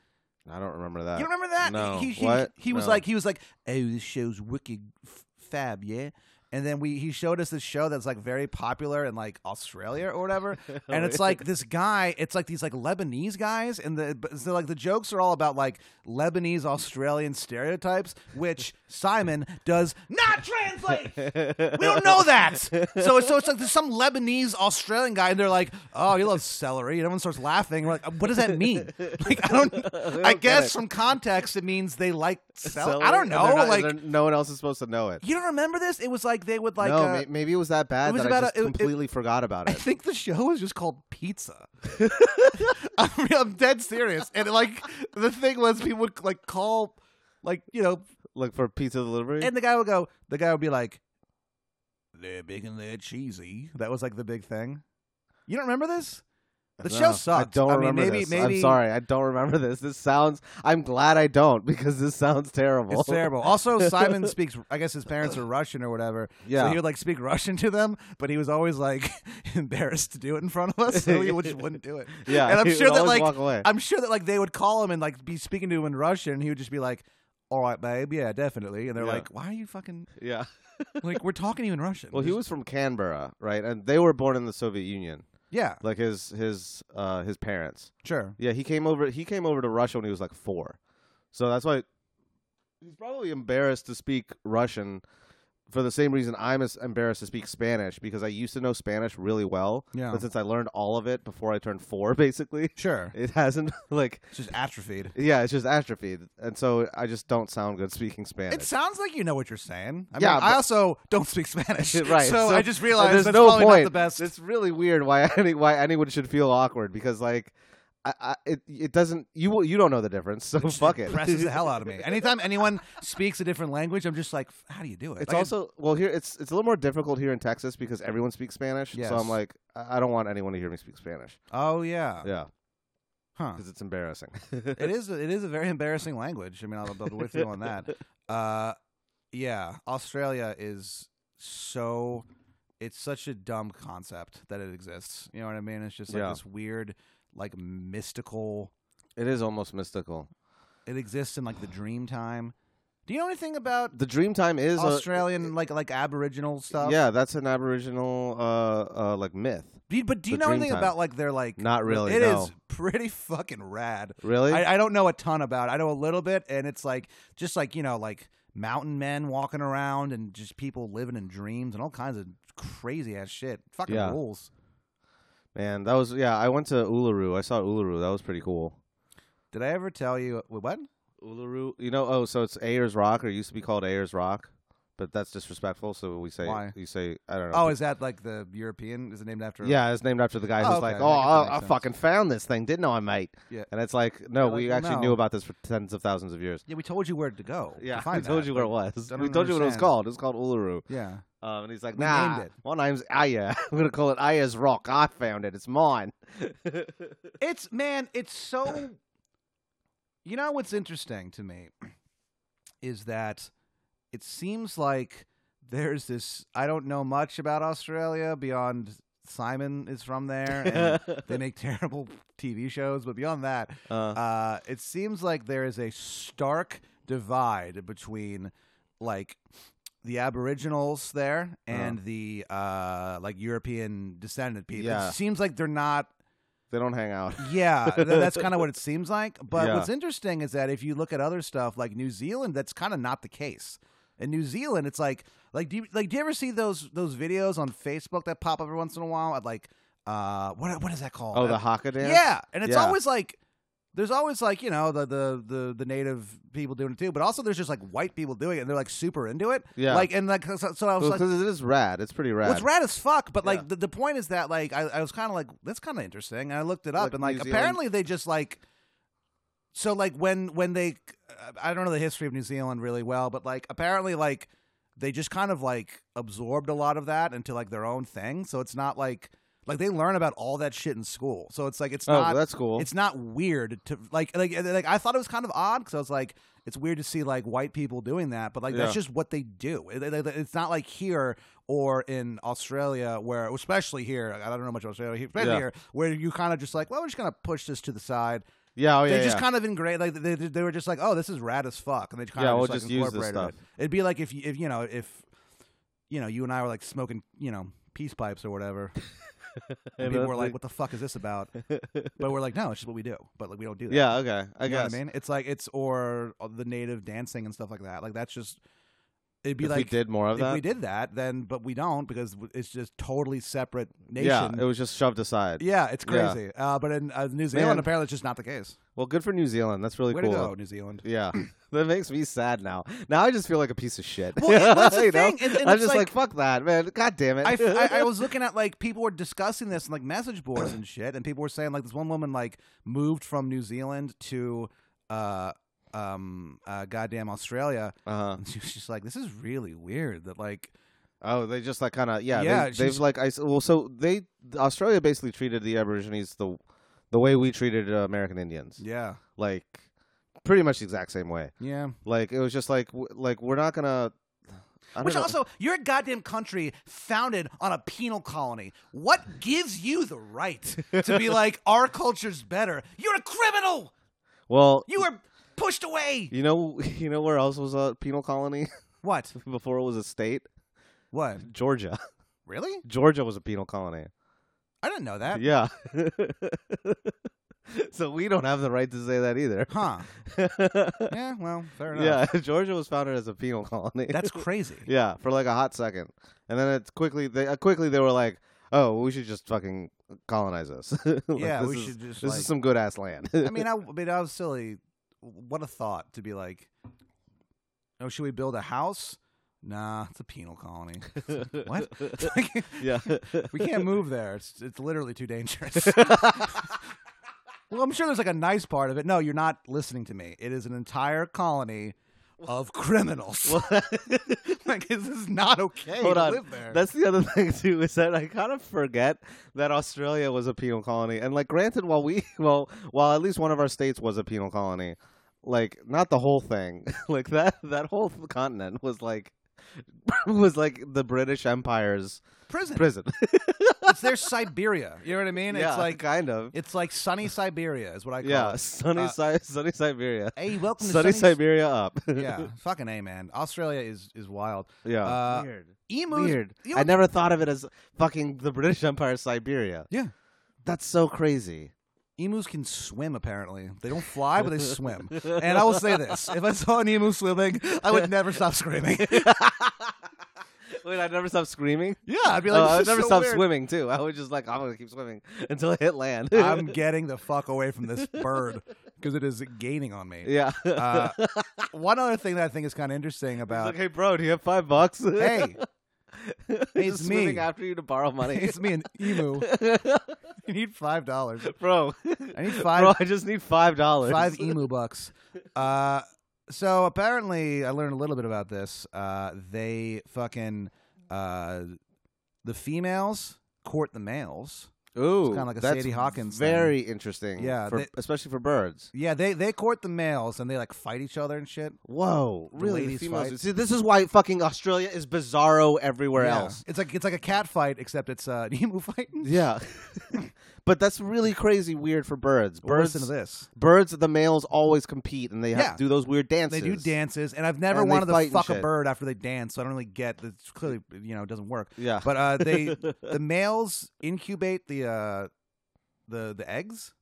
S3: I don't remember that.
S1: you remember that
S3: No.
S1: he, he,
S3: What?
S1: he was
S3: No.
S1: like he was like oh this show's wicked f- fab yeah and then we he showed us this show that's like very popular in like Australia or whatever. And it's like this guy, it's like these like Lebanese guys, and the but- so like the jokes are all about like Lebanese Australian stereotypes, which Simon does not translate. We don't know that. So so it's like there's some Lebanese Australian guy, and they're like, "Oh, you love celery," and everyone starts laughing. We're like, "What does that mean?" Like I don't. I
S3: get
S1: guess
S3: it.
S1: from context it means they like celery. I
S3: Celery?
S1: don't
S3: And
S1: know.
S3: they're not-
S1: like
S3: they're- no one else is supposed to know it.
S1: you don't remember this? It was like they would like.
S3: no,
S1: uh,
S3: may- maybe it was that bad
S1: it was
S3: that I
S1: about a-
S3: just
S1: it- it-
S3: completely forgot about
S1: I
S3: it.
S1: think the show was just called Pizza. I'm, real- I'm dead serious. And like the thing was, people would like call, like you know,
S3: like for pizza delivery.
S1: and the guy would go. The guy would be like, "They're big and they're cheesy." That was like the big thing. You don't remember this? The
S3: No,
S1: show sucked.
S3: I don't
S1: mean,
S3: remember
S1: maybe,
S3: this.
S1: Maybe
S3: I'm sorry. I don't remember this. This sounds. I'm glad I don't because this sounds terrible.
S1: It's terrible. Also, Simon speaks. I guess his parents are Russian or whatever. So
S3: Yeah.
S1: he would like speak Russian to them, but he was always like embarrassed to do it in front of us, so he would, just wouldn't do it.
S3: Yeah,
S1: and I'm
S3: he
S1: sure
S3: would
S1: that
S3: always
S1: like
S3: walk away.
S1: I'm sure that like they would call him and like be speaking to him in Russian, and he would just be like, "All right, babe, yeah, definitely." And they're
S3: Yeah.
S1: like, "Why are you fucking
S3: Yeah.
S1: like we're talking to you in Russian?"
S3: Well, he was from Canberra, right? And they were born in the Soviet Union.
S1: yeah,
S3: Like his his uh his parents.
S1: sure.
S3: Yeah, he came over. He came over to Russia when he was like four, so that's why he's probably embarrassed to speak Russian for the same reason I'm as embarrassed to speak Spanish because I used to know Spanish really well.
S1: Yeah.
S3: But since I learned all of it before I turned four, basically,
S1: Sure.
S3: it hasn't like
S1: It's just atrophied.
S3: yeah, it's just atrophied, and so I just don't sound good speaking Spanish.
S1: It sounds like you know what you're saying. I
S3: Yeah,
S1: mean,
S3: but-
S1: I also don't speak Spanish,
S3: right.
S1: So, I just realized
S3: there's
S1: that's
S3: no
S1: probably
S3: point.
S1: not the best.
S3: It's really weird why any why anyone should feel awkward because like I, I it it doesn't you will- you don't know the difference so
S1: It just
S3: fuck it.
S1: Presses the hell out of me. Anytime anyone speaks a different language, I'm just like, how do you do it?
S3: It's
S1: Like,
S3: also well here it's it's a little more difficult here in Texas because everyone speaks Spanish.
S1: Yes.
S3: So I'm like I I don't want anyone to hear me speak Spanish.
S1: oh yeah,
S3: Yeah,
S1: huh?
S3: because it's embarrassing.
S1: It is. It is a very embarrassing language. I mean, I'll, I'll be with you on that. Uh, yeah, Australia is so. It's such a dumb concept that it exists. You know what I mean? It's just like
S3: Yeah.
S1: this weird, like mystical.
S3: It is almost mystical.
S1: It exists in like the dream time. Do you know anything about
S3: The Dreamtime is a-
S1: Australian like like Aboriginal stuff?
S3: yeah, that's an Aboriginal uh, uh like myth.
S1: Do you- but do you
S3: The
S1: know
S3: dream
S1: anything
S3: time.
S1: about like their like?
S3: Not really,
S1: It is
S3: no.
S1: pretty fucking rad.
S3: Really?
S1: I, I don't know a ton about. it. I know a little bit, and it's like just like you know like mountain men walking around and just people living in dreams and all kinds of crazy ass shit. Fucking
S3: Yeah.
S1: rules.
S3: Man, that was yeah. I went to Uluru. I saw Uluru. That was pretty cool.
S1: Did I ever tell you wait, what?
S3: Uluru, you know, oh, so it's Ayers Rock, or it used to be called Ayers Rock, but that's disrespectful. So we say,
S1: Why?
S3: you say, I don't know.
S1: Oh, is that like the European? Is it named after?
S3: yeah, it's named after the guy
S1: Oh,
S3: who's
S1: okay,
S3: like,
S1: that
S3: oh,
S1: makes- that makes
S3: I, I
S1: sense.
S3: fucking found this thing, didn't I, mate?
S1: Yeah.
S3: And it's like, no,
S1: They're
S3: we
S1: like, well,
S3: actually
S1: no.
S3: knew about this for tens of thousands of years.
S1: Yeah, we told you where to go. to
S3: Yeah,
S1: find
S3: we told
S1: that,
S3: you where it
S1: but-
S3: was.
S1: I
S3: We
S1: don't
S3: told you what it was
S1: understand.
S3: called. It was called Uluru.
S1: Yeah.
S3: Um, and he's like,
S1: We
S3: nah,
S1: named it.
S3: my name's Aya. I'm gonna call it Ayers Rock. I found it. It's mine.
S1: It's man, it's so. You know what's interesting to me is that it seems like there's this. I don't know much about Australia beyond Simon is from there, and they make terrible TV shows. But beyond that,
S3: Uh,
S1: uh, it seems like there is a stark divide between like the aboriginals there and the uh like european descended people
S3: Yeah.
S1: it seems like they're not
S3: they don't hang out.
S1: yeah, th- that's kind of what it seems like. But
S3: Yeah.
S1: what's interesting is that if you look at other stuff like New Zealand, that's kind of not the case. In New Zealand, it's like like do you, like do you ever see those those videos on Facebook that pop up every once in a while at like uh what what is that called?
S3: Oh,
S1: Uh,
S3: the Haka dance.
S1: yeah, and it's
S3: Yeah.
S1: always like there's always like you know the, the the the native people doing it too, but also there's just like white people doing it and they're like super into it.
S3: Yeah.
S1: like and like so, so I was like,
S3: because it is rad. It's pretty rad.
S1: well, it's rad as fuck, but like
S3: Yeah.
S1: the, the point is that like I, I was kind of like that's kind of interesting, and I looked it up,
S3: Like
S1: and like
S3: New Zealand-
S1: apparently they just like so like when when they I don't know the history of New Zealand really well, but like apparently like they just kind of like absorbed a lot of that into like their own thing, so it's not like like they learn about all that shit in school, so it's like it's
S3: Oh,
S1: not
S3: that's cool.
S1: it's not weird to like like like I thought it was kind of odd because I was like, it's weird to see like white people doing that, but like that's
S3: Yeah.
S1: just what they do. It- it- It's not like here or in Australia, where especially here, I don't know much about Australia, especially
S3: Yeah.
S1: here, where you kind of just like, well, we're just gonna push this to the side.
S3: yeah, oh, yeah,
S1: they just
S3: yeah.
S1: kind of ingrained, like they, they were just like, oh, this is rad as fuck, and they kind
S3: Yeah,
S1: of
S3: we'll
S1: just,
S3: just
S1: like,
S3: use this
S1: incorporated
S3: stuff.
S1: it. It'd be like if you if you know if you know you and I were like smoking, you know. Peace pipes or whatever. And people were like, "What the fuck is this about?" But we're like, "No, it's just what we do." But like, we don't do that.
S3: Yeah, okay. I
S1: You know
S3: guess.
S1: what I mean? It's like it's or uh, the native dancing and stuff like that. Like that's just it'd be
S3: if
S1: like
S3: we did more of
S1: if
S3: that.
S1: we did that, then but we don't because w- it's just totally separate nation.
S3: yeah, it was just shoved aside.
S1: Yeah, it's
S3: Yeah.
S1: crazy. Uh, but in uh, New Zealand,
S3: Man.
S1: apparently, it's just not the case.
S3: Well, good for New Zealand. That's really
S1: Way
S3: cool.
S1: to go, New Zealand.
S3: Yeah. that makes me sad now. Now I just feel like a piece of shit.
S1: Well, and that's the
S3: You know?
S1: thing, and- and
S3: I'm
S1: it's
S3: just
S1: like-
S3: like, fuck that, man. God damn it.
S1: I, I, I was looking at like people were discussing this in like message boards and shit, and people were saying like this one woman like moved from New Zealand to uh um uh goddamn Australia,
S3: uh-huh.
S1: and she was just like, this is really weird that like
S3: Oh, they just like kind of yeah.
S1: Yeah,
S3: they,
S1: she's-
S3: they've like I well, so they Australia basically treated the Aborigines the the way we treated uh, American Indians,
S1: yeah
S3: like pretty much the exact same way.
S1: yeah
S3: Like it was just like w- like we're not gonna. I don't
S1: Which
S3: know.
S1: also, you're a goddamn country founded on a penal colony. What gives you the right to be like, our culture's better? You're a criminal.
S3: well,
S1: You were pushed away.
S3: You know, you know where else was a penal colony
S1: What?
S3: before it was a state?
S1: What?
S3: Georgia.
S1: Really?
S3: Georgia was a penal colony.
S1: I didn't know that.
S3: Yeah. so we don't have the right to say that either.
S1: Huh. Yeah, well, fair enough.
S3: yeah, Georgia was founded as a penal colony.
S4: That's crazy.
S3: yeah, for like a hot second, and then it's quickly they uh, quickly they were like, oh, we should just fucking colonize us. Like,
S1: Yeah,
S3: this
S1: we
S3: is-
S1: should just,
S3: This
S1: like-
S3: is some good ass land.
S1: I mean, I, I mean, I was silly. What a thought to be like, oh, should we build a house? Nah, it's a penal colony. what?
S3: yeah,
S1: we can't move there. It's it's literally too dangerous. well, I'm sure there's like a nice part of it. No, you're not listening to me. It is an entire colony of criminals. like this is not okay
S3: Hold
S1: to
S3: on.
S1: live there.
S3: That's the other thing too is that I kind of forget that Australia was a penal colony, and like granted, while we well, while at least one of our states was a penal colony, like not the whole thing, like that that whole continent was like was like the British Empire's
S1: prison.
S3: prison.
S1: it's their Siberia. You know what I mean?
S3: yeah,
S1: It's like
S3: kind of.
S1: it's like sunny Siberia is what I call
S3: Yeah,
S1: it.
S3: sunny
S1: Uh,
S3: Si- sunny Siberia,
S1: Hey, welcome
S3: sunny
S1: to sunny
S3: Siberia up.
S1: yeah, fucking a man. Australia is is wild.
S3: yeah.
S1: Uh,
S3: Weird.
S1: Emus.
S3: Weird.
S1: you know
S3: I
S1: what-
S3: never thought of it as fucking the British Empire Siberia.
S1: Yeah.
S3: That's so crazy.
S1: Emus can swim. Apparently, they don't fly, but they swim. And I will say this: if I saw an emu swimming, I would never stop screaming.
S3: Wait, I never stopped screaming.
S1: Yeah, I'd be like,
S3: Uh, I
S1: this is
S3: never
S1: so
S3: stopped
S1: weird.
S3: swimming too. I was just like, I'm gonna keep swimming until I hit land.
S1: I'm getting the fuck away from this bird because it is gaining on me.
S3: yeah.
S1: Uh, one other thing that I think is kind of interesting
S3: It's
S1: about
S3: like, hey, bro, do you have five bucks?
S1: hey,
S3: He's
S1: it's me.
S3: swimming after you to borrow money,
S1: it's me an emu. you need five dollars.
S3: bro.
S1: I need five
S3: Bro, I just need five dollars.
S1: five emu bucks. Uh, so apparently, I learned a little bit about this. Uh, they fucking uh, the females court the males.
S3: Ooh,
S1: kinda like a
S3: that's
S1: Sadie Hawkins thing.
S3: Very interesting.
S1: Yeah,
S3: for,
S1: they-
S3: especially for birds.
S1: Yeah, they they court the males and they like fight each other and shit.
S3: Whoa, really?
S1: ladies
S3: females.
S1: fight.
S3: See, this is why fucking Australia is bizarro everywhere
S1: Yeah.
S3: else.
S1: It's like it's like a cat fight except it's uh, an emu fighting.
S3: Yeah, but that's really crazy weird for birds.
S1: Well,
S3: Birds,
S1: Listen to this.
S3: birds, the males always compete, and they have
S1: Yeah.
S3: to do those weird dances.
S1: They do dances, and I've never
S3: And they
S1: wanted
S3: fight
S1: to
S3: and
S1: fuck a
S3: shit.
S1: bird after they dance. So I don't really get. It's clearly you know it doesn't work.
S3: Yeah,
S1: But uh, they the males incubate the uh, the the eggs.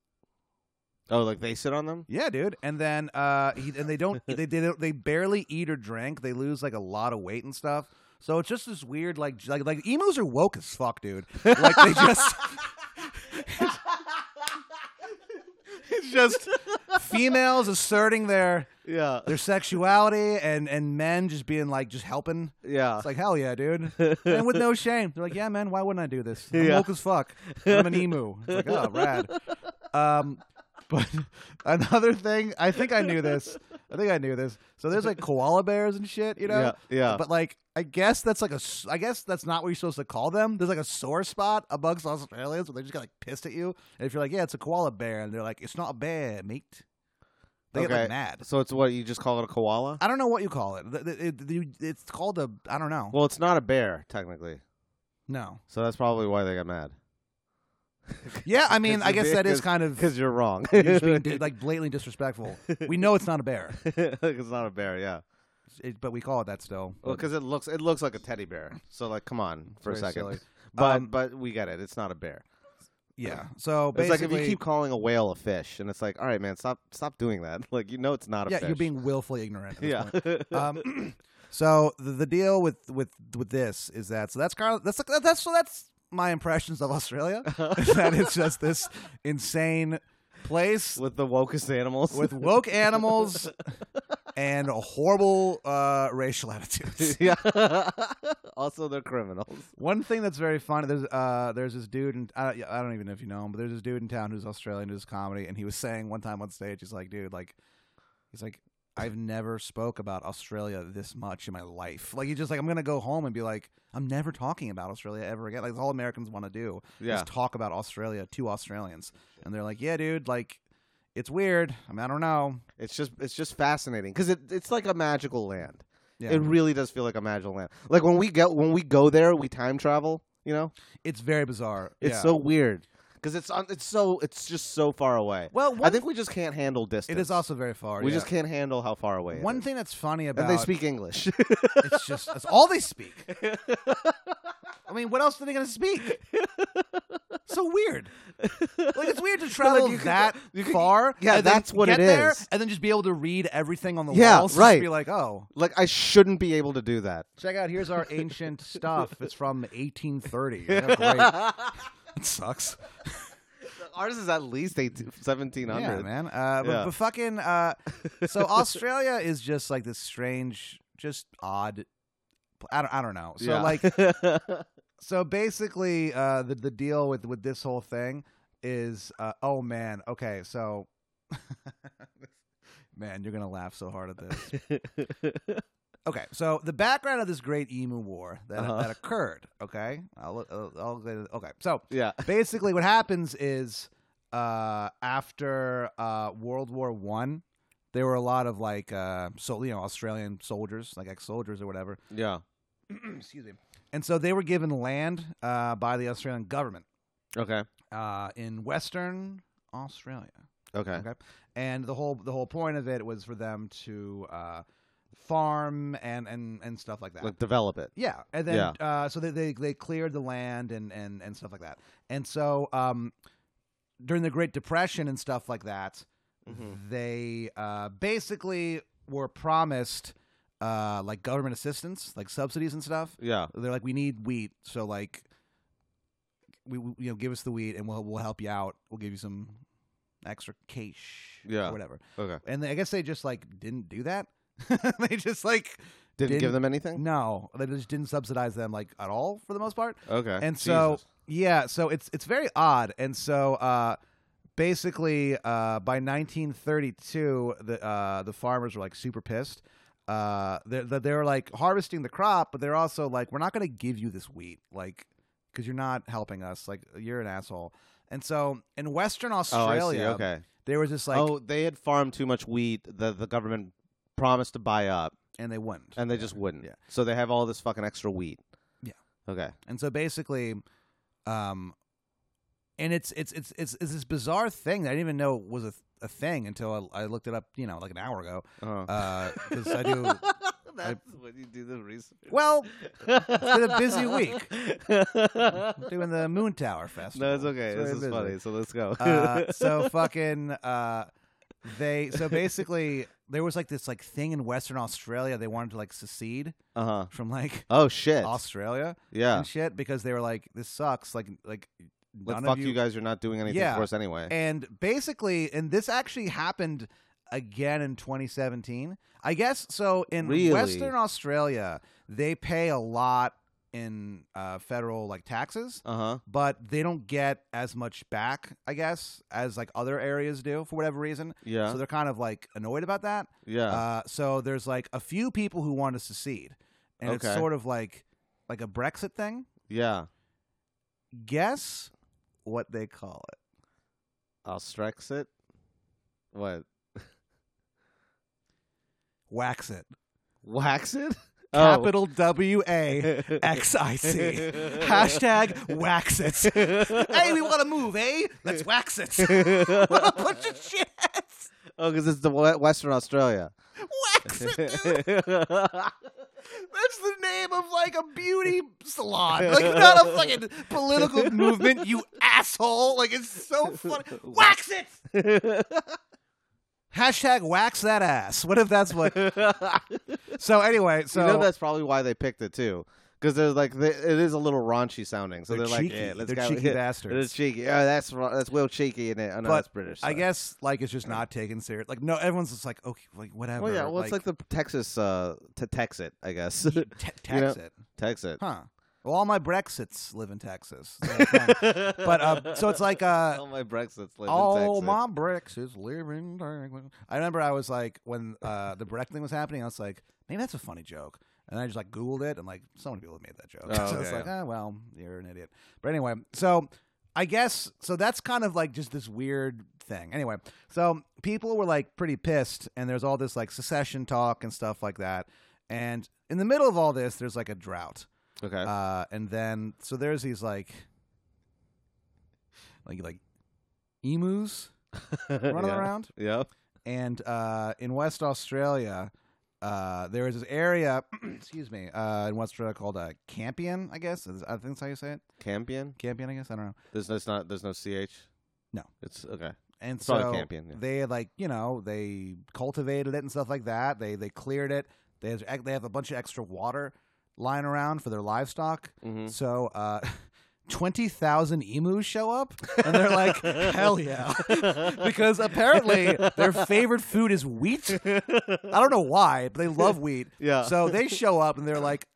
S3: oh, like they sit on them.
S1: Yeah, dude. And then uh, he, and they don't they they don't, they barely eat or drink. They lose like a lot of weight and stuff. So it's just this weird like j- like like emos are woke as fuck, dude. Like they just it's just females asserting their
S3: Yeah,
S1: their sexuality and and men just being like just helping.
S3: yeah.
S1: It's like hell yeah, dude, and with no shame. They're like, yeah, man, why wouldn't I do this? I'm
S3: Yeah.
S1: woke as fuck. I'm an emu. It's like, oh, rad. Um, but another thing, I think I knew this. I think I knew this. So there's like koala bears and shit, you know.
S3: Yeah, yeah.
S1: But like, I guess that's like a. s- I guess that's not what you're supposed to call them. There's like a sore spot amongst Australians where they just get like pissed at you, and if you're like, yeah, it's a koala bear, and they're like, it's not a bear, mate. They get
S3: Okay.
S1: like mad.
S3: so it's what you just call it a koala.
S1: I don't know what you call it. Th- th- it- you- It's called a. I don't know.
S3: Well, it's not a bear technically,
S1: No.
S3: so that's probably why they got mad.
S1: Yeah, I mean, I guess that is
S3: Because-
S1: kind of
S3: Because you're wrong.
S1: you're just being di- like blatantly disrespectful. We know it's not a bear,
S3: it's not a bear. Yeah.
S1: it, but we call it that still.
S3: Well, because it looks it looks like a teddy bear. So like, come on for a
S1: very
S3: second.
S1: silly.
S3: But
S1: Um,
S3: but we get it. It's not a bear.
S1: yeah. So
S3: It's like if
S1: basically,
S3: you keep calling a whale a fish, and it's like, all right, man, stop stop doing that. Like you know, it's not a
S1: yeah,
S3: fish.
S1: you're being willfully ignorant. At this
S3: yeah.
S1: Point. Um, so the, the deal with with with this is that so that's kind of that's that's so that's my impressions of Australia. is that it's just this insane place
S3: With the wokest animals.
S1: with woke animals and horrible uh, racial attitudes.
S3: yeah. also, they're criminals.
S1: One thing that's very funny, there's uh, there's this dude, and I, I don't even know if you know him, but there's this dude in town who's Australian, who's comedy, and he was saying one time on stage, he's like, dude, like, he's like, I've never spoke about Australia this much in my life. Like, he's just like, I'm gonna go home and be like, I'm never talking about Australia ever again. Like, that's all Americans want to do
S3: Yeah.
S1: is talk about Australia to Australians, and they're like, yeah, dude, like, it's weird. I mean, I don't know.
S3: It's just it's just fascinating because it, it's like a magical land.
S1: Yeah.
S3: It really does feel like a magical land. Like when we go when we go there, we time travel. You know,
S1: It's very bizarre.
S3: it's
S1: Yeah.
S3: so weird because it's on, it's so it's just so far away.
S1: well.
S3: I
S1: One,
S3: think we just can't handle distance.
S1: it is also very far.
S3: we
S1: yeah.
S3: just can't handle how far away. it
S1: One
S3: is.
S1: thing that's funny about
S3: and they speak English.
S1: It's just that's all they speak. I mean, what else are they going to speak? so weird. Like it's weird to travel
S3: you could-
S1: that
S3: you could-
S1: far.
S3: yeah,
S1: and then
S3: that's what
S1: get
S3: it
S1: there,
S3: is.
S1: and then just be able to read everything on the
S3: Yeah,
S1: walls.
S3: right.
S1: Just be like, oh,
S3: Like I shouldn't be able to do that.
S1: check out here's our ancient stuff. It's from 1830. Yeah, great. it sucks.
S3: Ours is at least 18, 1700.
S1: Yeah, man. Uh, but,
S3: Yeah.
S1: but fucking. Uh, so Australia is just like this strange, just odd. I don't, I don't know. So
S3: Yeah.
S1: like, so basically, uh, the the deal with with this whole thing is, uh, oh man, okay, so. Man, you're gonna laugh so hard at this. Okay, so the background of this great emu war that,
S3: Uh-huh.
S1: that occurred. Okay, I'll, I'll, I'll, okay. So
S3: yeah.
S1: basically what happens is uh, after uh, World War One, there were a lot of like uh, so you know Australian soldiers, like ex soldiers or whatever.
S3: Yeah.
S1: Excuse me. And so they were given land uh, by the Australian government
S3: Okay.
S1: uh, in Western Australia.
S3: Okay.
S1: Okay. And the whole the whole point of it was for them to uh, farm and, and and stuff like that.
S3: Like develop it.
S1: Yeah, and then Uh, so they, they they cleared the land and and and stuff like that. And so um, during the Great Depression and stuff like that, Mm-hmm. they uh, basically were promised uh, like government assistance, like subsidies and stuff.
S3: Yeah.
S1: They're like, we need wheat, so like. We, we you know give us the wheat and we'll we'll help you out. We'll give you some extra cash,
S3: Yeah.
S1: or whatever.
S3: Okay.
S1: And they, I guess they just like didn't do that. they just like
S3: Didn't,
S1: Didn't-
S3: give them anything.
S1: no, they just didn't subsidize them like at all for the most part.
S3: Okay.
S1: And so
S3: Jesus.
S1: yeah, so it's it's very odd. And so uh, basically uh, by 1932, the uh, the farmers were like super pissed. Uh, they they were like harvesting the crop, but they're also like, we're not going to give you this wheat, like, because you're not helping us. Like, you're an asshole. And so in Western
S3: Oh, I
S1: Australia,
S3: see. Okay.
S1: they were just like,
S3: oh, they had farmed too much wheat that the government promised to buy up,
S1: and they wouldn't,
S3: and they just wouldn't.
S1: Yeah.
S3: So they have all this fucking extra wheat.
S1: Yeah.
S3: Okay.
S1: And so basically, um, and it's it's it's it's, it's this bizarre thing that I didn't even know was a, a thing until I, I looked it up, you know, like an hour ago.
S3: Uh-huh.
S1: Because Uh, I do
S3: That's when you do the research.
S1: well
S3: it's
S1: been a busy week.
S3: no,
S1: doing the Moon Tower Festival.
S3: it's
S1: very
S3: okay. this is
S1: busy.
S3: funny. So let's go.
S1: Uh, so fucking uh, they so basically there was like this like thing in Western Australia they wanted to like secede
S3: huh.
S1: from like
S3: Oh shit.
S1: Australia
S3: Yeah.
S1: and shit because they were like this sucks like like
S3: Like,
S1: none
S3: fuck
S1: of
S3: you guys. You're not doing anything
S1: Yeah.
S3: for us anyway.
S1: And basically, and this actually happened again in 2017. I guess so. In
S3: Really?
S1: Western Australia, they pay a lot in uh, federal like taxes,
S3: Uh huh.
S1: but they don't get as much back. I guess as like other areas do for whatever reason.
S3: Yeah.
S1: So they're kind of like annoyed about that.
S3: yeah.
S1: Uh, so there's like a few people who want to secede, and it's
S3: Okay.
S1: sort of like like a Brexit thing.
S3: yeah.
S1: Guess what they call it.
S3: Austrexit. What?
S1: Wax it.
S3: Wax it?
S1: Capital W A
S3: Oh.
S1: X I C. Hashtag wax it. hey, we want to move, eh? Let's wax it. what a bunch of shit.
S3: Oh, because it's the we- Western Australia.
S1: Wax it. That's the name of like a beauty salon. Like not a fucking political movement, you asshole. Like it's so funny. Wax it. Hashtag wax that ass. What if that's what? So anyway, so
S3: you know that's probably why they picked it too, because they're like they, it is a little raunchy sounding. So
S1: They're
S3: they're, like,
S1: cheeky.
S3: yeah, let's
S1: They're
S3: go-
S1: cheeky
S3: yeah,
S1: bastards.
S3: It's cheeky. Yeah, that's ra- that's real cheeky in it. Oh, no,
S1: But
S3: that's British.
S1: I
S3: sorry.
S1: guess like it's just not taken serious. Like no, everyone's just like okay, like whatever.
S3: Well, yeah. Well, it's like the Texas uh, to Texit, I guess.
S1: te-
S3: you know?
S1: Texas,
S3: Texit.
S1: huh? Well, all my Brexits live in Texas, So that's fine. but uh, so it's like uh,
S3: all my Brexits live
S1: all
S3: in Texas.
S1: Oh, my Brexits live in Texas. I remember I was like when uh, the Breck thing was happening, I was like, maybe that's a funny joke. And I just like Googled it, and like so many people have made that joke.
S3: Oh,
S1: so it's
S3: okay,
S1: like, ah, well, you're an idiot. But anyway, so I guess so that's kind of like just this weird thing. Anyway, so people were like pretty pissed, and there's all this like secession talk and stuff like that. And in the middle of all this, there's like a drought,
S3: okay.
S1: uh, and then so there's these like, like like emus running
S3: Uh, yeah.
S1: around,
S3: Yeah.
S1: and uh, in West Australia, uh, there is this area, excuse me, uh, in West Florida called uh, Campion, I guess. Is- I think that's how you say it.
S3: Campion?
S1: Campion, I guess. I don't know.
S3: There's no, it's not. There's no ch.
S1: No.
S3: It's okay.
S1: And
S3: It's
S1: so
S3: probably Campion, yeah.
S1: they like you know they cultivated it and stuff like that. They they cleared it. They have, they have a bunch of extra water lying around for their livestock.
S3: hmm
S1: So uh, twenty thousand emus show up, and they're like, "Hell yeah!" because apparently their favorite food is wheat. I don't know why, but they love wheat.
S3: Yeah.
S1: So they show up and they're like,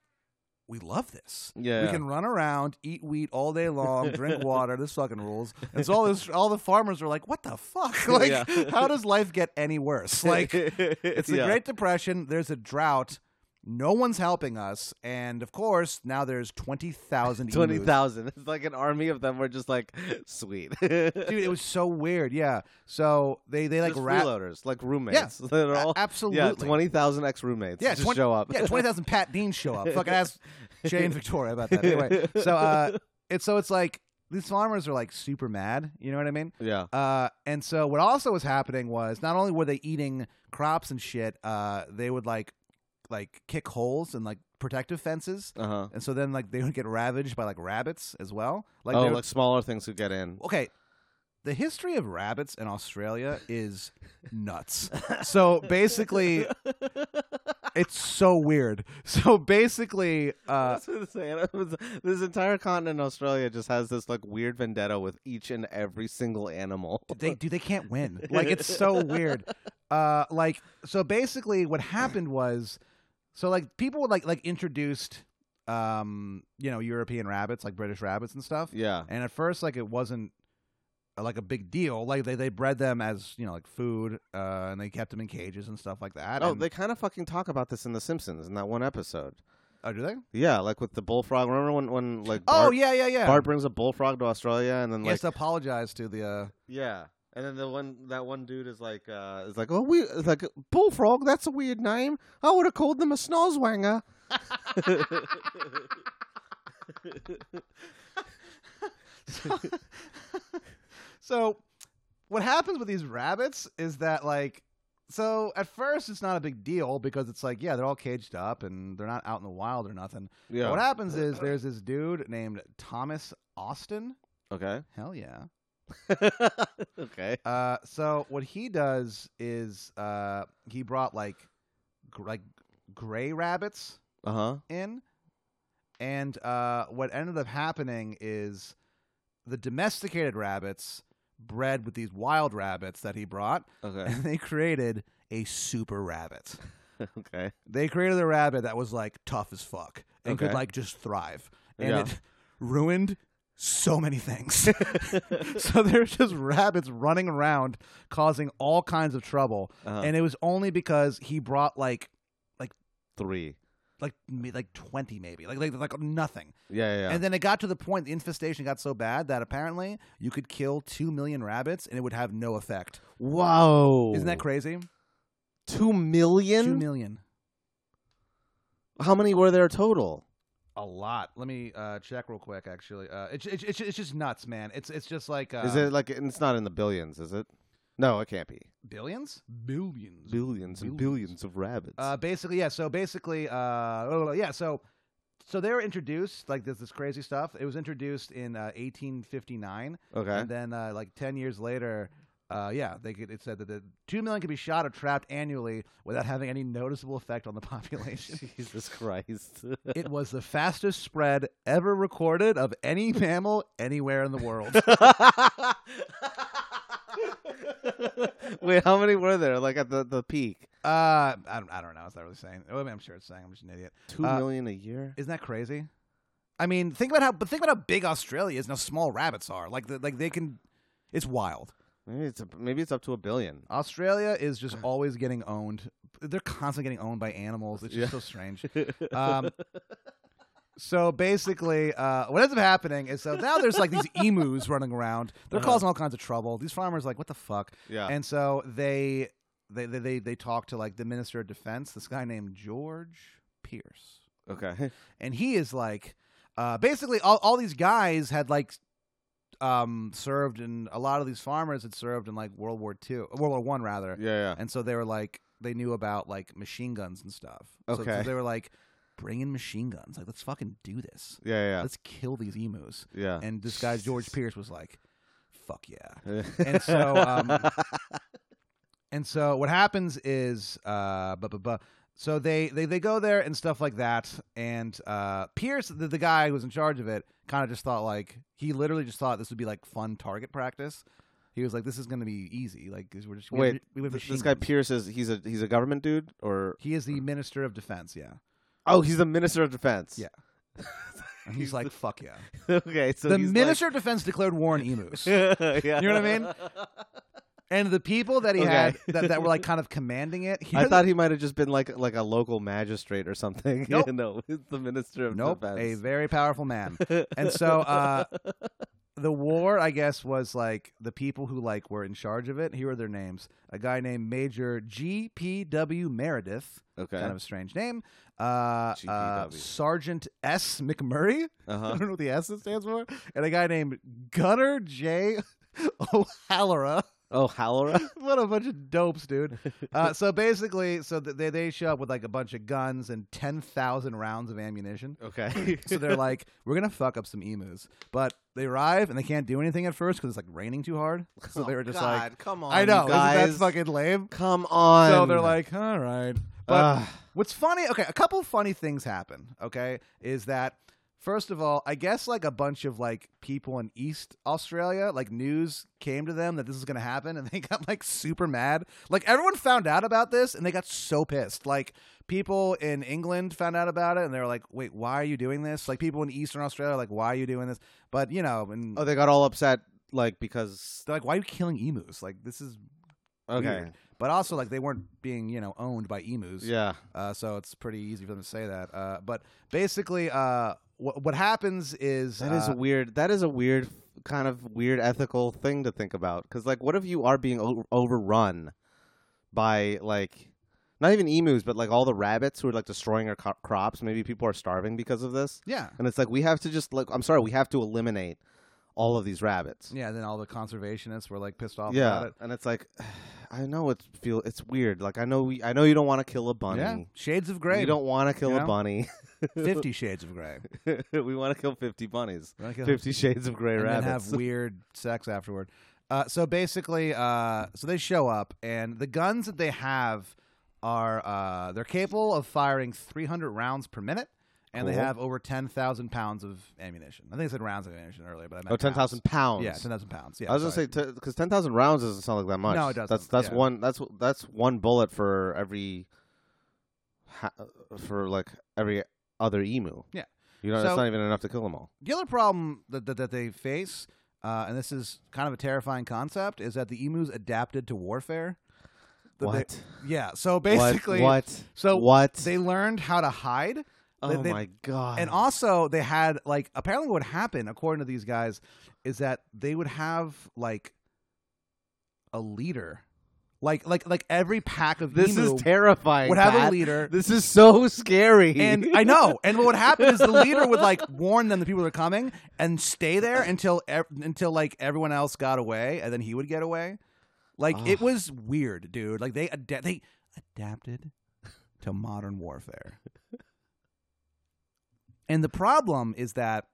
S1: "We love this."
S3: yeah.
S1: We can run around, eat wheat all day long, drink water. This fucking rules. And so all this, all the farmers are like, "What the fuck? Like,
S3: Yeah.
S1: how does life get any worse? Like, it's the Great Depression. There's a drought. No one's helping us, and of course now there's twenty thousand. E
S3: twenty thousand. It's like an army of them. We're just like sweet,
S1: Dude, it was so weird. Yeah. So they they like
S3: Just
S1: rat-
S3: freeloaders, like roommates. Yeah,
S1: A-
S3: all,
S1: absolutely.
S3: yeah, twenty thousand ex roommates.
S1: Yeah,
S3: just
S1: 20
S3: show up.
S1: Yeah, twenty thousand Pat Deans show up. Fucking ask Jay and Victoria about that. Anyway, so uh, it's so it's like these farmers are like super mad. You know what I mean?
S3: yeah,
S1: Uh, and so what also was happening was not only were they eating crops and shit, uh, they would like like kick holes and like protective fences,
S3: uh huh.
S1: and so then like they would get ravaged by like rabbits as well. Like,
S3: oh,
S1: they were-
S3: like smaller things who get in.
S1: okay. The history of rabbits in Australia is nuts. So basically, it's so weird. So basically, uh,
S3: That's what I'm saying. It was- This entire continent, Australia, just has this like weird vendetta with each and every single animal.
S1: they do they can't win like it's so weird uh like so basically what happened was so like people would like like introduced um you know european rabbits like british rabbits and stuff
S3: Yeah,
S1: and at first like it wasn't uh, like a big deal like they, they bred them as you know like food uh and they kept them in cages and stuff like that
S3: oh,
S1: and-
S3: they kind of fucking talk about this in The Simpsons in that one episode.
S1: oh do they
S3: Yeah, like with the bullfrog. Remember when when like
S1: oh
S3: Bart,
S1: yeah yeah yeah
S3: Bart brings a bullfrog to Australia and then
S1: he
S3: like
S1: has to apologize to the uh
S3: uh, Yeah. And then the one that one dude is like uh is like, Oh we it's like Bullfrog, that's a weird name. I would have called them a snozwanger.
S1: uh, so what happens with these rabbits is that like so at first it's not a big deal because it's like yeah they're all caged up and they're not out in the wild or nothing
S3: yeah.
S1: what happens is there's this dude named thomas austin
S3: okay.
S1: hell yeah
S3: okay.
S1: uh, so what he does is uh, he brought like gr- like gray rabbits
S3: Uh huh.
S1: in. And uh, what ended up happening is the domesticated rabbits bred with these wild rabbits that he brought,
S3: Okay.
S1: and they created a super rabbit.
S3: okay.
S1: They created a rabbit that was like tough as fuck and could
S3: Okay.
S1: like just thrive. And
S3: Yeah.
S1: it ruined so many things. so there's just rabbits running around causing all kinds of trouble.
S3: Uh-huh.
S1: And it was only because he brought like
S3: Three.
S1: like me- like 20 maybe. Like like like nothing.
S3: Yeah, yeah, yeah.
S1: And then it got to the point the infestation got so bad that apparently you could kill two million rabbits and it would have no effect.
S3: Wow.
S1: Isn't that crazy?
S3: Two
S1: two
S3: million?
S1: million.
S3: How many were there total?
S1: A lot. Let me uh, check real quick. Actually, uh, it's it's it's it's just nuts, man. It's it's just like uh,
S3: is it like and it's not in the billions, is it? No, it can't be.
S1: billions? Billions.
S3: Billions and
S1: Billions.
S3: billions of rabbits.
S1: Uh, basically, yeah. So basically, uh, blah, blah, blah, yeah. So so they were introduced like this this crazy stuff. It was introduced in uh, 1859.
S3: okay.
S1: And then, uh, like ten years later, uh, yeah, they could, it said that the two million could be shot or trapped annually without having any noticeable effect on the population.
S3: Jesus Christ.
S1: it was the fastest spread ever recorded of any mammal anywhere in the world. Uh,
S3: Wait, how many were there? Like at the, the peak?
S1: uh, I don't, I don't know. It's not really saying. Oh, I mean, I'm sure it's saying. I'm just an idiot.
S3: Two
S1: Uh,
S3: million a year?
S1: Isn't that crazy? I mean, think about how, but think about how big Australia is and how small rabbits are. Like, the, like they can. It's wild.
S3: Maybe it's up- maybe it's up to a billion.
S1: Australia is just always getting owned. They're constantly getting owned by animals. It's just
S3: Yeah.
S1: so strange. Um, so basically, uh, what ends up happening is so now there's like these emus running around. They're
S3: Uh-huh.
S1: causing all kinds of trouble. These farmers are like, what the fuck?
S3: yeah.
S1: And so they they they they, they talk to like the minister of defense, this guy named George Pierce,
S3: okay.
S1: and he is like, uh, basically all all these guys had like. Um, served in a lot of these farmers had served in like World War Two, World War One rather,
S3: Yeah, yeah.
S1: and so they were like, they knew about like machine guns and stuff. So- So,
S3: Okay.
S1: they were like, bring in machine guns. Like, let's fucking do this.
S3: Yeah,
S1: Let's kill these emus.
S3: yeah,
S1: And this guy George Pierce was like, fuck yeah.
S3: yeah.
S1: And so, um, and so what happens is, uh, bu- bu- bu- so they, they they go there and stuff like that. And uh, Pierce, the, the guy who was in charge of it, kind of just thought like he literally just thought this would be like fun target practice. He was like, "This is going to be easy. Like 'cause we're just we have-
S3: Wait,
S1: we have
S3: Th- this
S1: machine
S3: guy
S1: guns."
S3: Pierce is he's a he's a government dude or
S1: He is the minister of defense. Yeah,
S3: oh he's the minister of defense.
S1: Yeah. and he's like, "Fuck yeah."
S3: okay, so
S1: the
S3: he's
S1: minister of defense declared war on emus.
S3: Like, yeah.
S1: You know what I mean? And the people that he
S3: Okay.
S1: had that, that were like kind of commanding it.
S3: I thought he might have just been like like a local magistrate or something.
S1: Nope.
S3: no, it's the minister of
S1: nope, a
S3: defense.
S1: very powerful man. and so uh, the war, I guess, was like the people who like were in charge of it. Here are their names: a guy named Major G. P. W. Meredith,
S3: okay.
S1: kind of a strange name. Uh, uh,
S3: GPW.
S1: Sergeant S. McMurray. I
S3: uh-huh.
S1: don't know what the S stands for. And a guy named Gunner J. O'Halloran.
S3: Oh, Halora.
S1: what a bunch of dopes, dude. Uh, so basically, so th- they they show up with like a bunch of guns and ten thousand rounds of ammunition.
S3: Okay.
S1: So they're like, we're gonna fuck up some emus, but they arrive and they can't do anything at first because it's like raining too hard. So they were just like,
S3: Oh, come on,
S1: I know,
S3: you
S1: isn't that
S3: guys.
S1: fucking lame.
S3: Come on.
S1: So they're like, all right. But
S3: Ugh.
S1: what's funny? Okay, a couple funny things happen. Okay, is that first of all, I guess like a bunch of like people in East Australia, like news came to them that this is gonna happen, and they got like super mad. Like everyone found out about this, and they got so pissed. Like people in England found out about it, and they were like, "Wait, why are you doing this?" Like people in Eastern Australia, are like, "Why are you doing this?" But you know, and
S3: oh, they got all upset like because
S1: they're like, "Why are you killing emus?" Like this is.
S3: okay,
S1: Weird. But also, like they weren't being, you know, owned by emus.
S3: yeah,
S1: Uh, so it's pretty easy for them to say that. Uh, but basically, uh, what what happens is
S3: that is
S1: uh,
S3: a weird. That is a weird kind of weird ethical thing to think about. Because like, what if you are being o- overrun by like not even emus, but like all the rabbits who are like destroying our co- crops? Maybe people are starving because of this,
S1: yeah,
S3: and it's like we have to just like I'm sorry, we have to eliminate all of these rabbits.
S1: yeah. Then all the conservationists were like pissed off
S3: yeah,
S1: about it.
S3: and it's like I know it's feel it's weird. Like I know we, I know you don't want to kill a bunny.
S1: Yeah, Shades of
S3: You
S1: Grey.
S3: don't want to kill
S1: You
S3: a
S1: know?
S3: bunny.
S1: Fifty Shades of Grey.
S3: we want to kill 50 bunnies.
S1: We're not gonna-
S3: 50 Shades of Grey
S1: and then
S3: Rabbits.
S1: have weird sex afterward. Uh, so basically, uh, so they show up, and the guns that they have are uh, they're capable of firing 300 rounds per minute, and they
S3: Cool.
S1: have over 10,000 pounds of ammunition. I think I said rounds of ammunition earlier, but I meant
S3: oh, 10,000 pounds.
S1: pounds. Yeah, 10,000 pounds. Yeah,
S3: I was going to
S1: sorry.
S3: say, because 10,000 rounds doesn't sound like that much.
S1: No, it doesn't.
S3: That's, that's,
S1: Yeah.
S3: one, that's, that's one bullet for every, ha- for like every other emu.
S1: Yeah.
S3: You know,
S1: So-
S3: that's not even enough to kill them all.
S1: the other problem that, that, that they face, uh, and this is kind of a terrifying concept, is that the emus adapted to warfare. That they-
S3: What?
S1: yeah. So
S3: What?
S1: basically,
S3: What?
S1: so
S3: what?
S1: they learned how to hide.
S3: oh,
S1: they-
S3: my God.
S1: And also, they had like apparently what happened, according to these guys, is that they would have like a leader, like like like every pack of
S3: This
S1: emu
S3: is terrifying.
S1: would have
S3: Pat.
S1: a leader.
S3: This is so scary.
S1: And I know. And what would happen is the leader would like warn them the people are coming and stay there until ev- until like everyone else got away, and then he would get away. Like it
S3: Ugh.
S1: was weird, dude. Like they ada- they adapted to modern warfare. And the problem is that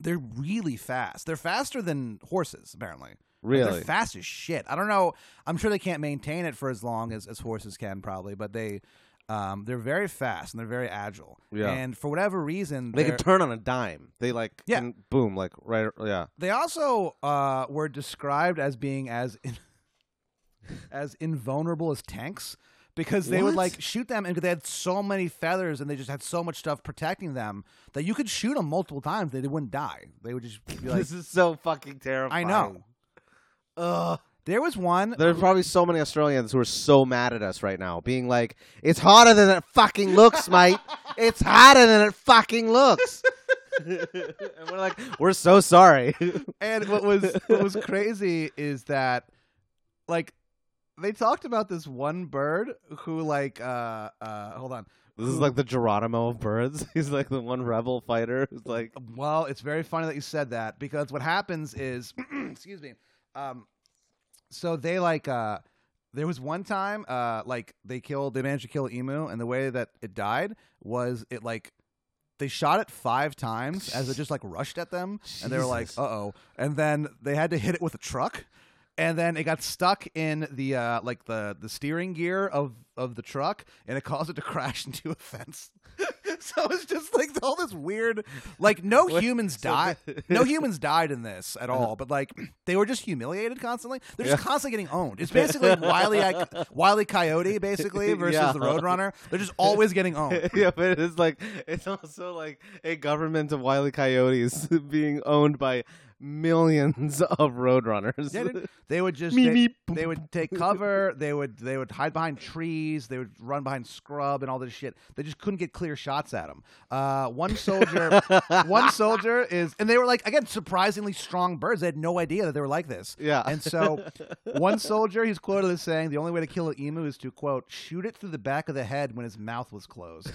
S1: they're really fast. They're faster than horses, apparently. Like,
S3: really?
S1: They're fast as shit. I don't know. I'm sure they can't maintain it for as long as, as horses can, probably, but they. Um, they're very fast and they're very agile.
S3: Yeah.
S1: And for whatever reason,
S3: They
S1: they
S3: can turn on a dime. They like
S1: Yeah.
S3: can boom like right yeah.
S1: they also uh, were described as being as in- as invulnerable as tanks because they would
S3: What?
S1: like shoot them and they had so many feathers and they just had so much stuff protecting them that you could shoot them multiple times they, they wouldn't die. They would just be like,
S3: this is so fucking
S1: I
S3: terrifying.
S1: know.
S3: Ugh.
S1: There was one.
S3: There's probably so many Australians who are so mad at us right now, being like, "It's harder than it fucking looks, mate. It's harder than it fucking looks." and we're like, "We're so sorry."
S1: And what was what was crazy is that like they talked about this one bird who like uh uh hold on.
S3: this is like the Geronimo of birds. He's like the one rebel fighter who's like,
S1: Well, it's very funny that you said that because what happens is excuse me. Um so they like uh There was one time, uh, like they killed, they managed to kill emu, and the way that it died was it like they shot it five times as it just like rushed at them, and they were like,
S3: Jesus.
S1: "Uh oh!" And then they had to hit it with a truck, and then it got stuck in the uh, like the the steering gear of of the truck, and it caused it to crash into a fence. so it's just like all this weird, like no
S3: Wait,
S1: humans
S3: so
S1: died,
S3: the-
S1: no humans died in this at all, but like they were just humiliated constantly. They're just
S3: Yeah.
S1: constantly getting owned. It's basically Wiley I, Wiley Coyote basically versus
S3: Yeah.
S1: the Roadrunner. They're just always getting owned.
S3: yeah, but it's like it's also like a government of wily coyotes being owned by millions of roadrunners.
S1: Yeah, dude. They would just
S3: Meep,
S1: they,
S3: meep, boop,
S1: they would take cover. They would they would hide behind trees. They would run behind scrub and all this shit. They just couldn't get clear shots at them. Uh, one soldier, one soldier is, and they were like again surprisingly strong birds. They had no idea that they were like this.
S3: Yeah.
S1: And so, one soldier he's quoted as saying, "The only way to kill an emu is to quote shoot it through the back of the head when his mouth was closed,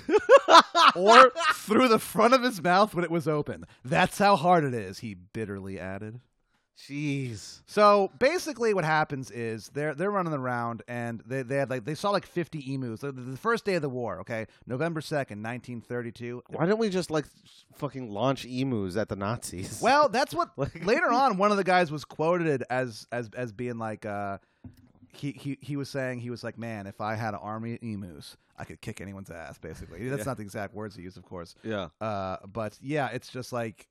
S1: or through the front of his mouth when it was open. That's how hard it is." He bitterly added.
S3: Jeez.
S1: So basically, what happens is they're they're running around and they they had like they saw like fifty emus. The, the first day of the war, okay, November second, nineteen thirty two.
S3: Why don't we just like fucking launch emus at the Nazis?
S1: Well, that's what
S3: Like-
S1: later on one of the guys was quoted as as as being like uh he, he he was saying he was like, Man, if I had an army of emus, I could kick anyone's ass, basically. That's
S3: Yeah.
S1: not the exact words he used, of course.
S3: yeah.
S1: Uh but yeah, it's just like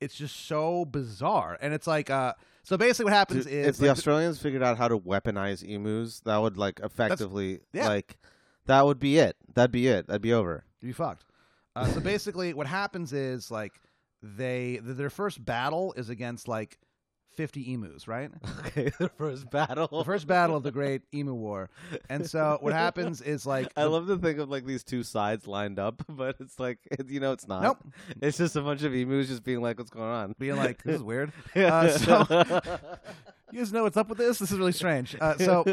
S1: it's just so bizarre. And it's like uh so basically what happens
S3: Dude,
S1: is
S3: if the
S1: like,
S3: Australians figured out how to weaponize emus, that would like effectively
S1: yeah.
S3: like that would be it. That'd be it. That'd be over.
S1: you fucked. Uh, so basically, what happens is like they th- their first battle is against like fifty emus, right?
S3: Okay, the first battle.
S1: The first battle of the Great Emu War, and so what happens is like
S3: I
S1: the-
S3: love to think of like these two sides lined up, but it's like it, you know it's not.
S1: Nope.
S3: It's just a bunch of emus just being like, "What's going on?"
S1: being like this is weird.
S3: Yeah.
S1: so- You guys know what's up with this? This is really strange. Uh, so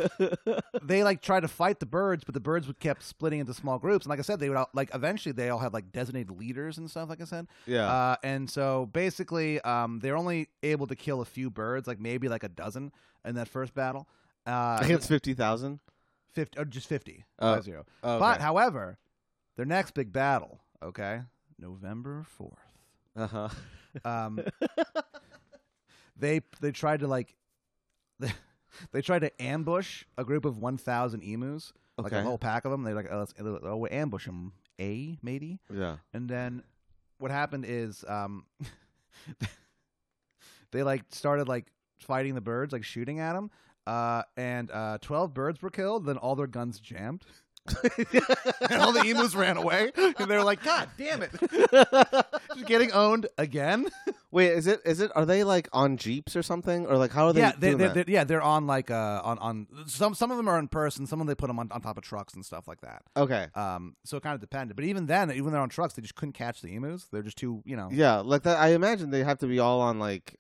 S1: they like tried to fight the birds, but the birds would kept splitting into small groups. And like I said, they would all, like eventually they all had like designated leaders and stuff. Like I said,
S3: yeah,
S1: Uh, and so basically, um, they're only able to kill a few birds, like maybe like a dozen in that first battle. Uh,
S3: against fifty thousand.
S1: 50, or just 50.
S3: Oh,
S1: five zero. But, however, their next big battle, okay, November 4th,
S3: uh huh.
S1: um, they, they tried to, like, they, tried to ambush a group of 1,000 emus, like
S3: Okay.
S1: a whole pack of them. They're like, oh, let's, oh we ambush them, A, maybe?
S3: Yeah.
S1: And then what happened is um, they like started like fighting the birds, like shooting at them. Uh, and uh, 12 birds were killed. Then all their guns jammed. and all the emus ran away. And they were like, God damn it. Just getting owned again.
S3: Wait, is it is it are they like on jeeps or something or like how are Oh, they?
S1: yeah, they,
S3: doing
S1: they,
S3: that?
S1: they, yeah, they're on like uh, on on some some of them are in person. Some of them they put them on, on top of trucks and stuff like that.
S3: okay.
S1: Um, so it kind of depended. But even then, even they're on trucks, they just couldn't catch the emus. They're just too you know.
S3: Yeah, like that. I imagine they have to be all on like,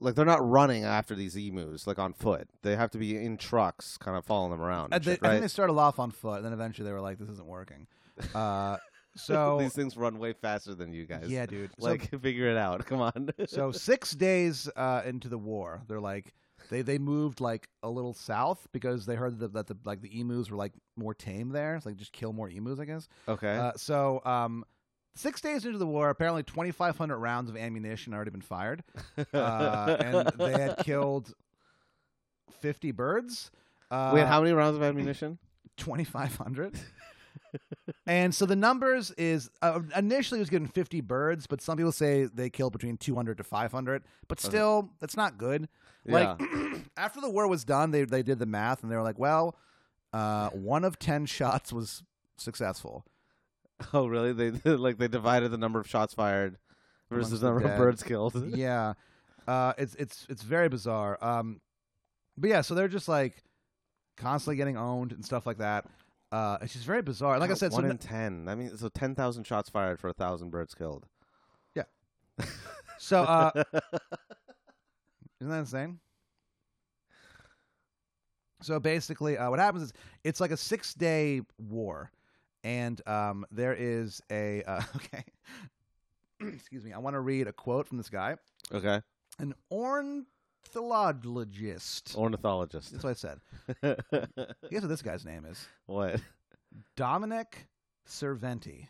S3: like they're not running after these emus like on foot. They have to be in trucks, kind of following them around.
S1: Uh,
S3: and
S1: they,
S3: shit,
S1: I
S3: right?
S1: think they started off on foot, and then eventually they were like, "This isn't working." Uh, so
S3: these things run way faster than you guys.
S1: yeah, dude. So-
S3: like figure it out. Come on.
S1: so, six days uh, into the war, they're like they they moved like a little south because they heard that the, that the like the emus were like more tame there. It's like just kill more emus, I guess.
S3: okay.
S1: Uh, so um, six days into the war, apparently twenty five hundred rounds of ammunition had already been fired, uh, and they had killed fifty birds. Uh,
S3: Wait, how many rounds of ammunition?
S1: 2500 and so the numbers is uh, initially it was given 50 birds but some people say they killed between 200 to 500 but still that's not good like after the war was done they, they did the math and they were like well uh, one of 10 shots was successful
S3: oh, really? They they- like they divided the number of shots fired versus
S1: Amongst
S3: the
S1: the
S3: number of
S1: dead.
S3: birds killed.
S1: yeah uh, it's it's it's very bizarre um, but yeah so they're just like constantly getting owned and stuff like that uh, it's just very bizarre like i
S3: God,
S1: said so
S3: one
S1: n-
S3: in ten. I mean, so ten thousand shots fired for a thousand birds killed.
S1: So, uh, isn't that insane? So basically, uh, what happens is it's like a six day war, and um, there is a uh, okay. Excuse me. I want to read a quote from this guy,
S3: Okay.
S1: an orn ornithologist.
S3: Ornithologist.
S1: That's what I said. Guess what this guy's name is?
S3: what?
S1: Dominic Serventi.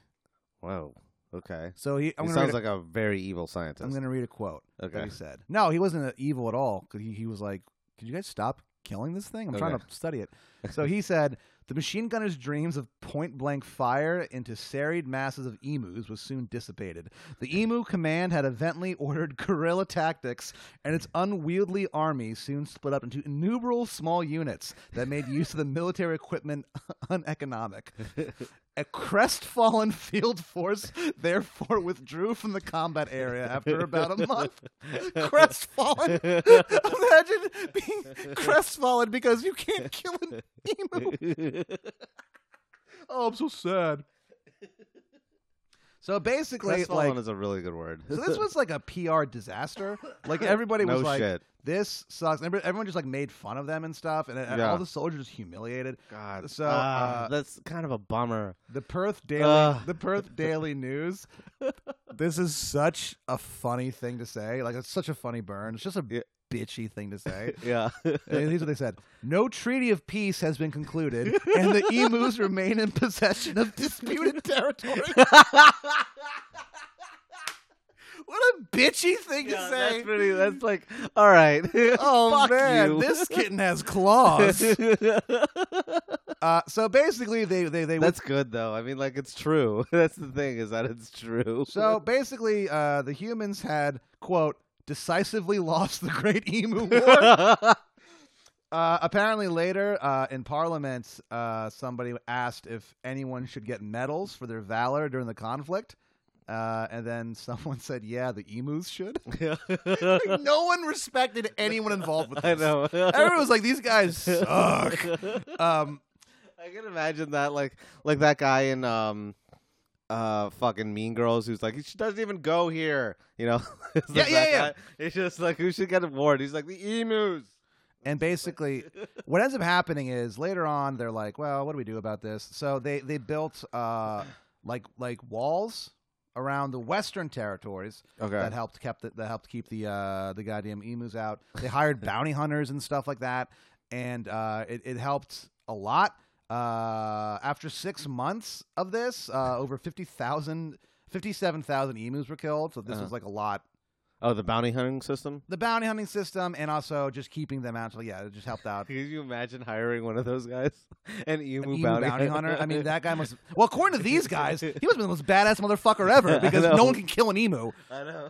S3: Whoa. Okay.
S1: So he, I'm
S3: he
S1: gonna
S3: sounds
S1: read a-
S3: like a very evil scientist.
S1: I'm going to read a quote that
S3: Okay.
S1: he said. No, he wasn't evil at all. 'cause He, he was like, could you guys stop killing this thing? I'm trying
S3: Okay.
S1: to study it. So he said, the machine gunner's dreams of point blank fire into serried masses of emus was soon dissipated. The emu command had eventually ordered guerrilla tactics, and its unwieldy army soon split up into innumerable small units that made use of the military equipment uneconomic. A crestfallen field force therefore withdrew from the combat area after about a month. crestfallen. Imagine being crestfallen because you can't kill an emu. Oh, I'm so sad. So basically,
S3: Crestfallen
S1: like,
S3: is a really good word.
S1: so this was like a PR disaster. Like everybody
S3: no
S1: was like,
S3: shit.
S1: "This sucks." Every- Everyone just like made fun of them and stuff, and, and
S3: Yeah.
S1: all the soldiers just humiliated.
S3: God.
S1: so,
S3: Ah,
S1: uh,
S3: that's kind of a bummer.
S1: The Perth Daily,
S3: Ugh.
S1: the Perth Daily News. this is such a funny thing to say. Like it's such a funny burn. It's just a
S3: Yeah.
S1: bitchy thing to say.
S3: Yeah.
S1: And here's what they said: No treaty of peace has been concluded, and the emus remain in possession of disputed territory. what a bitchy thing to
S3: Yeah,
S1: say!
S3: That's pretty. That's like, all right.
S1: Oh
S3: Fuck
S1: man,
S3: you.
S1: this kitten has claws. uh, so basically, they they they
S3: that's good though. I mean, like, it's true. That's the thing is that it's true.
S1: So basically, uh, the humans had quote decisively lost the Great Emu War. uh, apparently, later uh, in Parliament, uh, somebody asked if anyone should get medals for their valor during the conflict. Uh, and then someone said, "Yeah, the emus should." Like, no one respected anyone involved with this.
S3: I know.
S1: Everyone was like, "These guys suck." Um,
S3: I can imagine that, like, like that guy in um, uh, fucking Mean Girls, who's like, she doesn't even go here, you know? It's
S1: Yeah,
S3: like
S1: yeah,
S3: that
S1: yeah.
S3: guy. It's just like who should get an award? He's like the emus.
S1: And basically, what ends up happening is later on they're like, "Well, what do we do about this?" So they they built uh, like like walls around the western territories
S3: Okay.
S1: that helped kept the, that helped keep the uh, the goddamn emus out. They hired bounty hunters and stuff like that, and uh, it it helped a lot. Uh, after six months of this, uh, over 50,000, 57,000 emus were killed. So this
S3: Uh-huh.
S1: was like a lot
S3: Oh, the bounty hunting system.
S1: the bounty hunting system and also just keeping them out. So yeah, it just helped out.
S3: Could you imagine hiring one of those guys? An emu,
S1: An emu bounty, hunter. I mean, that guy must. Well, according to these guys, he must have been the most badass motherfucker
S3: I
S1: ever because
S3: know.
S1: no one can kill an emu.
S3: I know.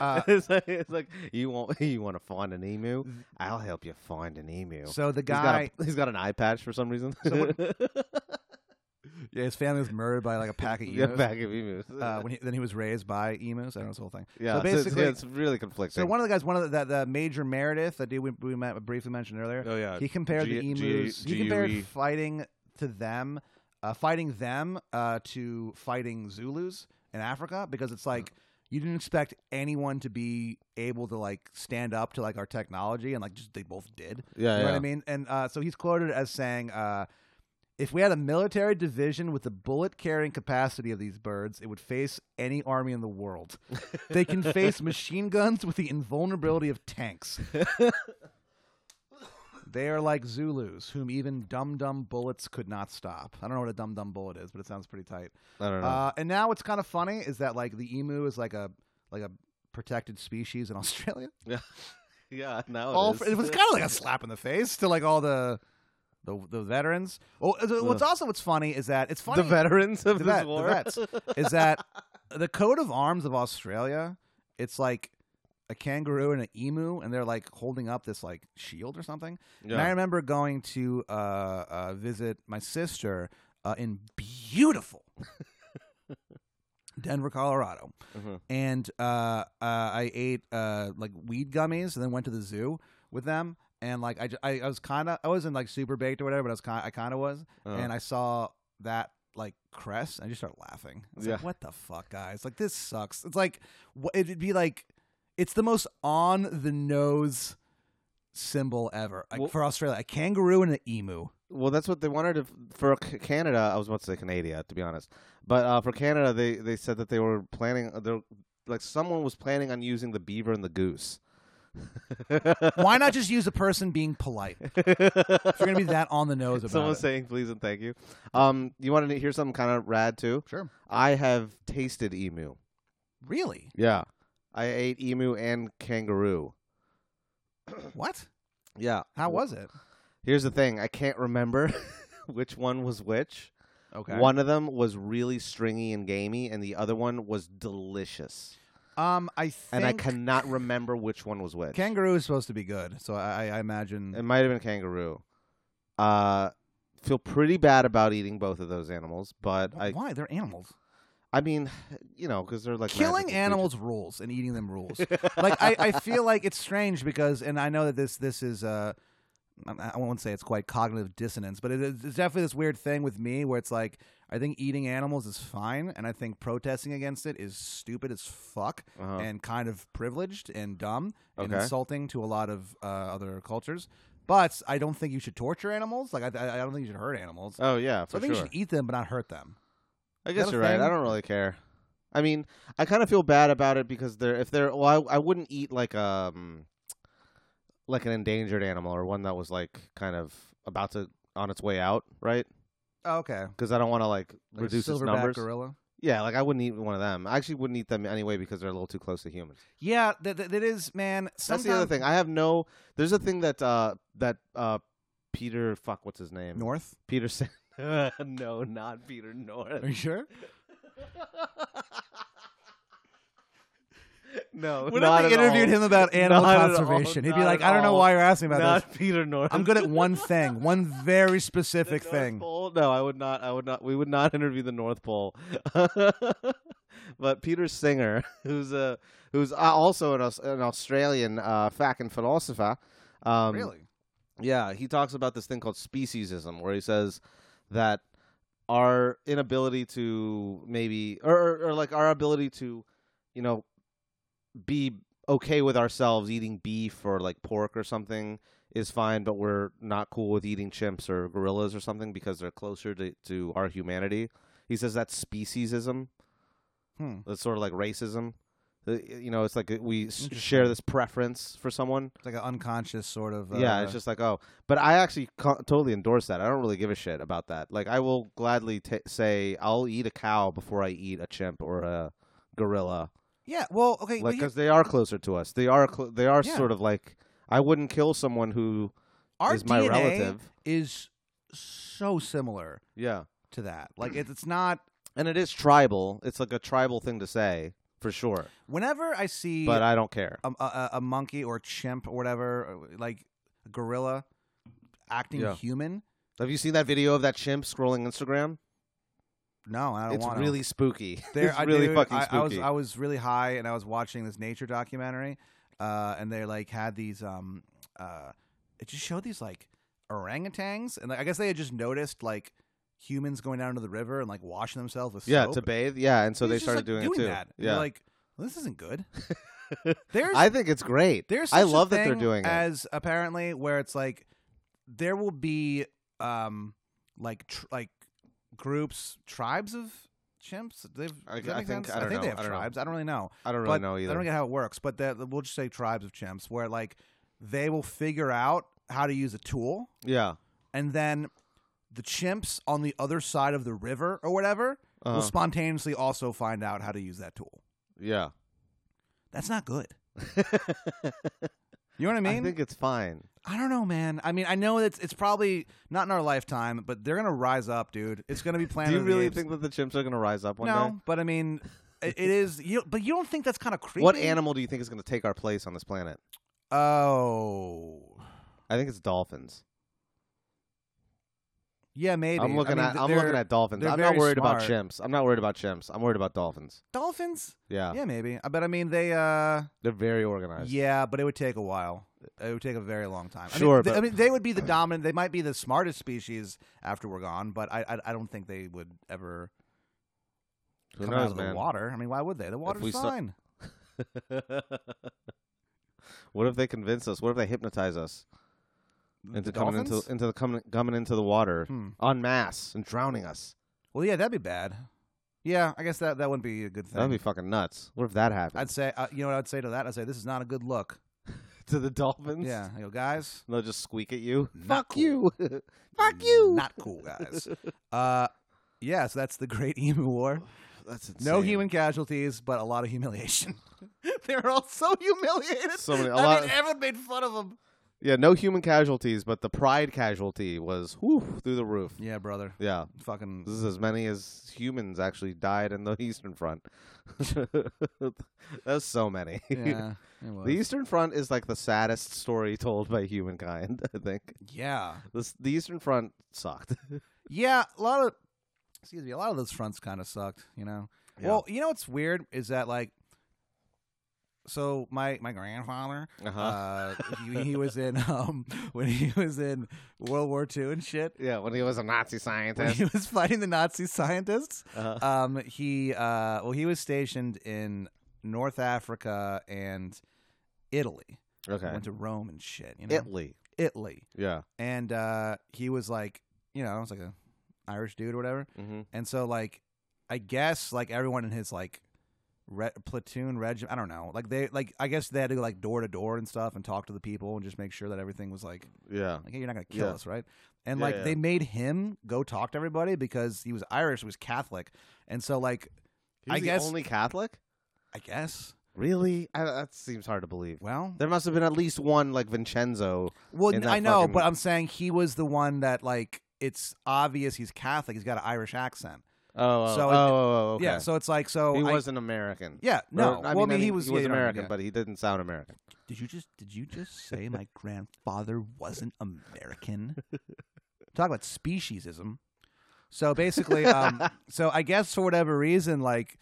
S1: Uh,
S3: it's, like, it's like you want you want to find an emu. I'll help you find an emu.
S1: So the
S3: He's got,
S1: guy,
S3: a, he's got an eye patch for some reason.
S1: yeah, his family was murdered by like a pack of
S3: yeah,
S1: emus.
S3: back of emus.
S1: uh, when he, then he was raised by emus. I don't know this whole thing.
S3: yeah,
S1: so
S3: it's- it's-
S1: basically-
S3: it's, really conflicting.
S1: So one of the guys, one of the, the, the major Meredith, that dude we, we met, briefly mentioned earlier,
S3: oh yeah,
S1: he compared the
S3: G- E. G-
S1: emus. he
S3: GUE.
S1: compared fighting to them, uh, fighting them uh, to fighting Zulus in Africa because it's like you didn't expect anyone to be able to like stand up to like our technology and like just they both did.
S3: yeah,
S1: You know
S3: yeah.
S1: what I mean? And uh, so he's quoted as saying, uh, "If we had a military division with the bullet carrying capacity of these birds, it would face any army in the world. they can face machine guns with the invulnerability of tanks. they are like Zulus, whom even dum dum bullets could not stop. I don't know what a dum dum bullet is, but it sounds pretty tight.
S3: I don't know.
S1: Uh, and now what's kind of funny is that like the emu is like a like a protected species in Australia."
S3: yeah, yeah. Now it
S1: all
S3: is.
S1: for, it was kind of like a slap in the face to like all the the, the veterans. Well, the- what's also what's funny is that it's funny
S3: the veterans of
S1: the
S3: this
S1: vet- the
S3: war.
S1: vets, is that the coat of arms of Australia. It's like a kangaroo and an emu, and they're like holding up this like shield or something. And I
S3: yeah.
S1: remember going to uh, uh, visit my sister uh, in beautiful Denver, Colorado
S3: Mhm.
S1: and uh, uh, I ate uh, like weed gummies, and then went to the zoo with them. And like I, ju- I, I was kind of I wasn't like super baked or whatever, but I was kind I kind of was,
S3: Uh-huh.
S1: and I saw that like crest, and I just started laughing. I was like,
S3: Yeah.
S1: "What the fuck, guys? Like this sucks." It's like wh- it'd be like it's the most on the nose symbol ever like,
S3: Well-
S1: for Australia. A kangaroo and an emu.
S3: Well, that's what they wanted to, for C- Canada. I was about to say Canada, to be honest, but uh, for Canada, they uh, they said that they were planning. They're, like someone was planning on using the beaver and the goose
S1: Why not just use a person being polite? If you're gonna be that on the nose about
S3: Someone
S1: it.
S3: saying please and thank you. Um, you want to hear something kind of rad too?
S1: sure.
S3: I have tasted emu.
S1: Really?
S3: Yeah, I ate emu and kangaroo.
S1: What?
S3: Yeah,
S1: How was it?
S3: Here's the thing: I can't remember which one was which.
S1: Okay.
S3: One of them was really stringy and gamey, and the other one was delicious.
S1: Um, I think
S3: And I cannot remember which one was which.
S1: kangaroo is supposed to be good, so I, I imagine.
S3: It might have been kangaroo. Uh, feel pretty bad about eating both of those animals, but I,
S1: Why they're animals?
S3: I mean, you know, because they're like
S1: Killing
S3: magical
S1: animals rules and eating them rules. like I, I feel like it's strange because, and I know that this this is uh, I I won't say it's quite cognitive dissonance, but it is, it's definitely this weird thing with me where it's like I think eating animals is fine, and I think protesting against it is stupid as fuck
S3: creatures. Uh-huh.
S1: and kind of privileged and dumb and
S3: Okay.
S1: insulting to a lot of uh, other cultures. But I don't think you should torture animals. Like I, I I don't think you should hurt animals.
S3: Oh yeah,
S1: so
S3: for
S1: I think
S3: sure.
S1: you should eat them, but not hurt them.
S3: I guess
S1: that a
S3: you're right. I
S1: thing?
S3: don't really care. I mean, I kind of feel bad about it because they're if they're well, I, I wouldn't eat like um like an endangered animal or one that was like kind of about to on its way out, right?
S1: Oh, okay.
S3: Because I don't want to like,
S1: Like
S3: reduce
S1: a
S3: its
S1: silverback
S3: numbers.
S1: gorilla.
S3: Yeah, like I wouldn't eat one of them. I actually wouldn't eat them anyway because they're a little too close to humans.
S1: Yeah, that, that, that is, man.
S3: That's the other
S1: sometimes-
S3: thing. I have no. There's a thing that uh that uh Peter fuck what's his name
S1: North.
S3: Peterson. no, not Peter North.
S1: Are you sure?
S3: no,
S1: What
S3: not
S1: if
S3: at
S1: they interviewed
S3: all.
S1: him about animal
S3: Not at all.
S1: conservation? He'd be
S3: Not
S1: like,
S3: at
S1: I don't know
S3: all.
S1: why you're asking me about
S3: Not
S1: this.
S3: Peter North.
S1: I'm good at one thing, one very
S3: The
S1: specific
S3: North
S1: thing.
S3: Pole? No, I would not. I would not. We would not interview the North Pole. but Peter Singer, who's a who's a- also an, Aus- an Australian uh, fact and philosopher. Um,
S1: really?
S3: Yeah, he talks about this thing called speciesism, where he says that our inability to maybe, or, or, or like our ability to, you know, be okay with ourselves eating beef or like pork or something is fine, but we're not cool with eating chimps or gorillas or something because they're closer to, to our humanity. He says that's speciesism.
S1: Hmm.
S3: That's sort of like racism. Uh, You know, it's like we s- share this preference for someone.
S1: It's like an unconscious sort of. Uh,
S3: Yeah, it's just like oh, but I actually co- totally endorse that. I don't really give a shit about that. Like I will gladly ta say I'll eat a cow before I eat a chimp or a gorilla,
S1: Yeah, well, okay. but
S3: like
S1: here-
S3: because they are closer to us. They are cl- they are
S1: Yeah.
S3: sort of like I wouldn't kill someone who
S1: our
S3: is my
S1: DNA
S3: relative.
S1: is so similar
S3: Yeah,
S1: to that. Like, it, it's not.
S3: and it is tribal. It's like a tribal thing to say for sure,
S1: Whenever I see
S3: but I don't care.
S1: a, a, a monkey or chimp or whatever, or, like a gorilla acting
S3: Yeah.
S1: human,
S3: Have you seen that video of that chimp scrolling Instagram?
S1: no, I don't
S3: it's
S1: want to.
S3: really spooky.
S1: There,
S3: it's
S1: I,
S3: really
S1: dude,
S3: fucking
S1: I,
S3: spooky.
S1: I was I was really high and I was watching this nature documentary, uh, and they like had these um uh, it just showed these like orangutans and like, I guess they had just noticed like humans going down to the river and like washing themselves with
S3: yeah,
S1: soap.
S3: to bathe. Yeah, and so
S1: He
S3: they
S1: was just,
S3: started
S1: like,
S3: doing,
S1: doing
S3: it too.
S1: that. And
S3: Yeah,
S1: they're like "Well, this isn't good. There's
S3: I think it's great.
S1: there's
S3: I
S1: such a
S3: love that they're
S1: thing
S3: doing it.
S1: as apparently where it's like there will be um like tr- like groups tribes of chimps. They've
S3: I-
S1: does that
S3: I
S1: make
S3: think-
S1: sense?
S3: I don't
S1: think
S3: know.
S1: they
S3: I
S1: have
S3: don't know.
S1: tribes. I don't really know.
S3: I don't really
S1: but
S3: know
S1: I don't
S3: either.
S1: get how it works, but that we'll just say tribes of chimps where like they will figure out how to use a tool
S3: Yeah.
S1: and then the chimps on the other side of the river or whatever
S3: Uh-huh.
S1: will spontaneously also find out how to use that tool.
S3: Yeah.
S1: That's not good. You know what I mean?
S3: I think it's fine.
S1: I don't know, man. I mean, I know it's it's probably not in our lifetime, but they're gonna rise up, dude. It's gonna be Planet.
S3: Do you
S1: of the
S3: really
S1: Apes.
S3: think that the chimps are going to rise up one
S1: no?
S3: day?
S1: But I mean, it, it is. You, but you don't think that's kind of creepy?
S3: What animal do you think is going to take our place on this planet?
S1: Oh,
S3: I think it's dolphins.
S1: yeah, maybe.
S3: I'm looking
S1: I mean,
S3: at I'm
S1: they're-
S3: looking at dolphins.
S1: they're
S3: I'm not
S1: very
S3: worried about
S1: smart.
S3: chimps. I'm not worried about chimps. I'm worried about dolphins.
S1: dolphins.
S3: Yeah.
S1: Yeah, maybe. Uh, But I mean, they. uh
S3: They're very organized.
S1: Yeah, but it would take a while. It would take a very long time. I mean,
S3: Sure,
S1: they- I
S3: but-
S1: mean, they would be the dominant. They might be the smartest species after we're gone, but I I, I don't think they would ever
S3: Who
S1: come
S3: knows,
S1: out of the
S3: man?
S1: water. I mean, why would they? The water's
S3: we saw-
S1: fine.
S3: what if they convince us? What if they hypnotize us
S1: The
S3: into coming into
S1: dolphins?
S3: into the coming coming into the water
S1: Hmm.
S3: en masse and drowning us?
S1: Well, yeah, that'd be bad. Yeah, I guess that that wouldn't be a good thing.
S3: That'd be fucking nuts. What if that happens?
S1: I'd say, uh, you know, what I'd say to that, I'd say this is not a good look.
S3: to the dolphins.
S1: Yeah. I go, guys,
S3: And they'll just squeak at you.
S1: Not
S3: Fuck
S1: cool.
S3: you. Fuck you.
S1: Not cool, guys. uh, yeah, so that's the Great Emu War.
S3: That's insane.
S1: No human casualties, but a lot of humiliation. they were all so humiliated.
S3: So many- a
S1: I
S3: lot-
S1: mean, everyone made fun of them.
S3: Yeah, no human casualties, but the pride casualty was whew, through the roof.
S1: Yeah, brother.
S3: Yeah.
S1: Fucking
S3: This is as many as humans actually died in the Eastern Front. That's so many.
S1: yeah. It was.
S3: The Eastern Front is like the saddest story told by humankind, I think.
S1: yeah,
S3: This, the Eastern Front sucked.
S1: yeah. A lot of excuse me. A lot of those fronts kind of sucked. You know.
S3: Yeah.
S1: Well, you know what's weird is that like, so my my grandfather,
S3: Uh-huh.
S1: uh, he, he was in um when he was in World War II and shit.
S3: yeah, when he was a Nazi
S1: When
S3: scientist.
S1: he was fighting the Nazi scientists,
S3: Uh-huh.
S1: um, he uh, well he was stationed in North Africa and Italy.
S3: Okay.
S1: Went to Rome and shit. You know,
S3: Italy.
S1: Italy,
S3: Yeah.
S1: and uh, he was like, you know, it's like a Irish dude or whatever.
S3: Mm-hmm.
S1: And so like I guess like everyone in his like re- platoon regiment, I don't know. Like they like I guess they had to go like door to door and stuff and talk to the people and just make sure that everything was like
S3: Yeah.
S1: like hey, you're not going to kill
S3: Yeah.
S1: us, right? And
S3: Yeah,
S1: like
S3: yeah.
S1: they made him go talk to everybody because he was Irish, he was Catholic. And so like
S3: He
S1: I
S3: was the
S1: guess-
S3: only Catholic?
S1: I guess
S3: Really? I, that seems hard to believe.
S1: well,
S3: There must have been at least one like Vincenzo.
S1: well
S3: in that
S1: I know,
S3: fucking-
S1: but I'm saying he was the one that like it's obvious he's Catholic. He's got an Irish accent.
S3: Oh, oh,
S1: So
S3: oh,
S1: it-
S3: oh, oh, okay.
S1: Yeah, so it's like so
S3: he
S1: I-
S3: wasn't American.
S1: yeah,
S3: Or-
S1: no. well,
S3: I mean,
S1: I mean,
S3: he,
S1: he was, yeah, you know,
S3: American,
S1: yeah.
S3: but he didn't sound American.
S1: Did you just did you just say my grandfather wasn't American? Talk about speciesism. So basically, um, so I guess for whatever reason, like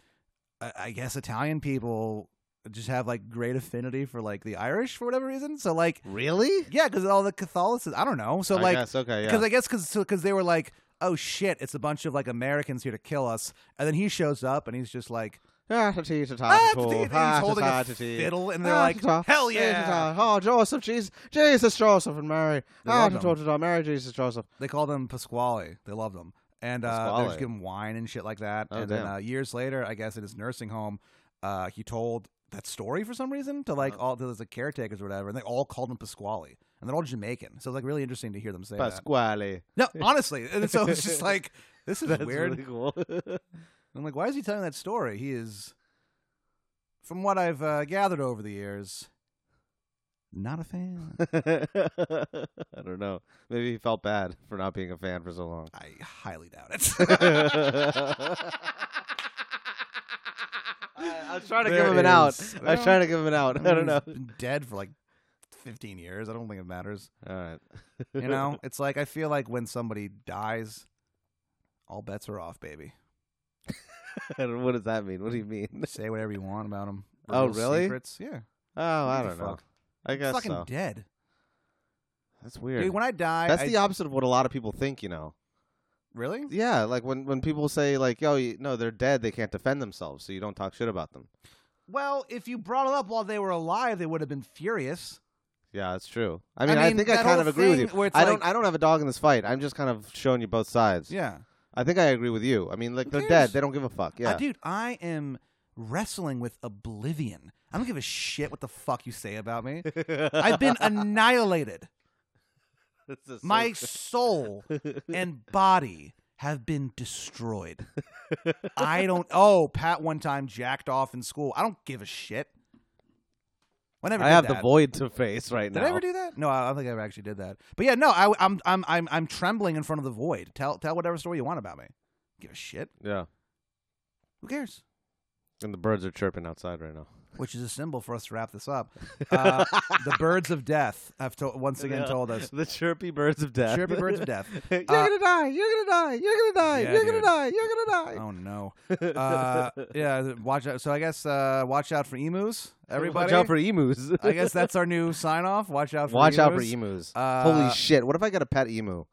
S1: I, I guess Italian people just have like great affinity for like the Irish for whatever reason. So like
S3: Really?
S1: yeah, because all the Catholicism. I don't know. So
S3: I
S1: like
S3: guess, okay, yeah.
S1: because I guess because because they were like, oh shit, it's a bunch of like Americans here to kill us, and then he shows up and he's just like,
S3: Ah, ta- ta- ta-
S1: ah,
S3: ta- ta-
S1: he's
S3: ta-
S1: holding
S3: ta-
S1: a
S3: ta- ta-
S1: fiddle, and
S3: Ah,
S1: they're like,
S3: ta- ta-
S1: hell
S3: ta-
S1: yeah.
S3: ta- ta- Oh, Joseph, Jesus, Jesus, Joseph, and Mary.
S1: They
S3: Ah,
S1: love
S3: ta-
S1: them.
S3: ta- ta- ta- Mary, Jesus, Joseph.
S1: They called him Pasquale. They loved him. And uh, they
S3: Pasquale.
S1: just give him wine and shit like that.
S3: Oh,
S1: and then
S3: damn.
S1: uh, years later, I guess in his nursing home, uh, he told that story for some reason to
S3: Oh.
S1: like all to the caretakers or whatever, and they all called him Pasquale. And they're all Jamaican, so it's like really interesting to hear them say
S3: Pasquale.
S1: that. No, honestly, and so it's just like this is
S3: That's
S1: weird.
S3: really cool.
S1: I'm like, why is he telling that story? He is, from what I've uh, gathered over the years, not a fan.
S3: I don't know. Maybe he felt bad for not being a fan for so long.
S1: I highly doubt it.
S3: I was trying to
S1: There
S3: give him an out.
S1: is.
S3: I was trying to give him an out. I don't know.
S1: He's been dead for like 15 years. I don't think it matters.
S3: All right.
S1: You know, it's like I feel like when somebody dies, all bets are off, baby.
S3: I don't- what does that mean? What do you mean?
S1: Say whatever you want about them.
S3: Oh, really?
S1: Secrets. Yeah.
S3: Oh, I
S1: the
S3: don't know.
S1: fuck?
S3: I guess
S1: fucking
S3: so.
S1: dead.
S3: That's weird.
S1: Dude, when I die,
S3: That's
S1: I-
S3: the opposite of what a lot of people think, you know.
S1: really.
S3: Yeah, like when when people say like, "Yo, you, no, they're dead. They can't defend themselves," so you don't talk shit about them.
S1: Well, if you brought it up while they were alive, they would have been furious.
S3: Yeah, that's true. I mean, I,
S1: mean,
S3: think I
S1: that
S3: kind
S1: whole
S3: of agree with you.
S1: thing where it's
S3: I don't.
S1: like-
S3: I don't have a dog in this fight. I'm just kind of showing you both sides.
S1: Yeah.
S3: I think I agree with you. I mean, like
S1: Who
S3: they're
S1: cares?
S3: dead. They don't give a fuck.
S1: Uh,
S3: Yeah.
S1: dude, I am wrestling with oblivion. I don't give a shit what the fuck you say about me. I've been annihilated.
S3: This is so-
S1: My soul and body have been destroyed. I don't. Oh, Pat one time jacked off in school. I don't give a shit. Whenever
S3: I have the void to face right
S1: Did
S3: now.
S1: I ever do that? No, I don't think I ever actually did that. But yeah, no, I, I'm I'm I'm I'm trembling in front of the void. Tell tell whatever story you want about me. Give a shit.
S3: yeah.
S1: Who cares?
S3: And the birds are chirping outside right now.
S1: Which is a symbol for us to wrap this up. Uh, the birds of death have to- once again
S3: Yeah.
S1: told us.
S3: The chirpy birds of death.
S1: Chirpy birds of death.
S3: you're
S1: Uh,
S3: gonna die. You're gonna die. You're gonna die.
S1: Yeah,
S3: you're
S1: dude.
S3: gonna die. You're gonna die.
S1: Oh no.
S3: Um,
S1: uh, yeah, watch out. So I guess uh, watch out for emus, everybody.
S3: Watch out for emus.
S1: I guess that's our new sign off. Watch out for
S3: Watch
S1: emus.
S3: out for emus.
S1: Uh,
S3: Holy shit! What if I got a pet emu?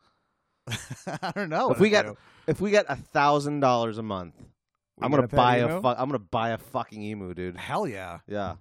S1: I don't know.
S3: If we got if we got a thousand dollars a month, I'm
S1: get
S3: gonna
S1: a pet
S3: buy
S1: emu?
S3: a fuck. I'm gonna buy a fucking emu, dude.
S1: hell yeah,
S3: Yeah.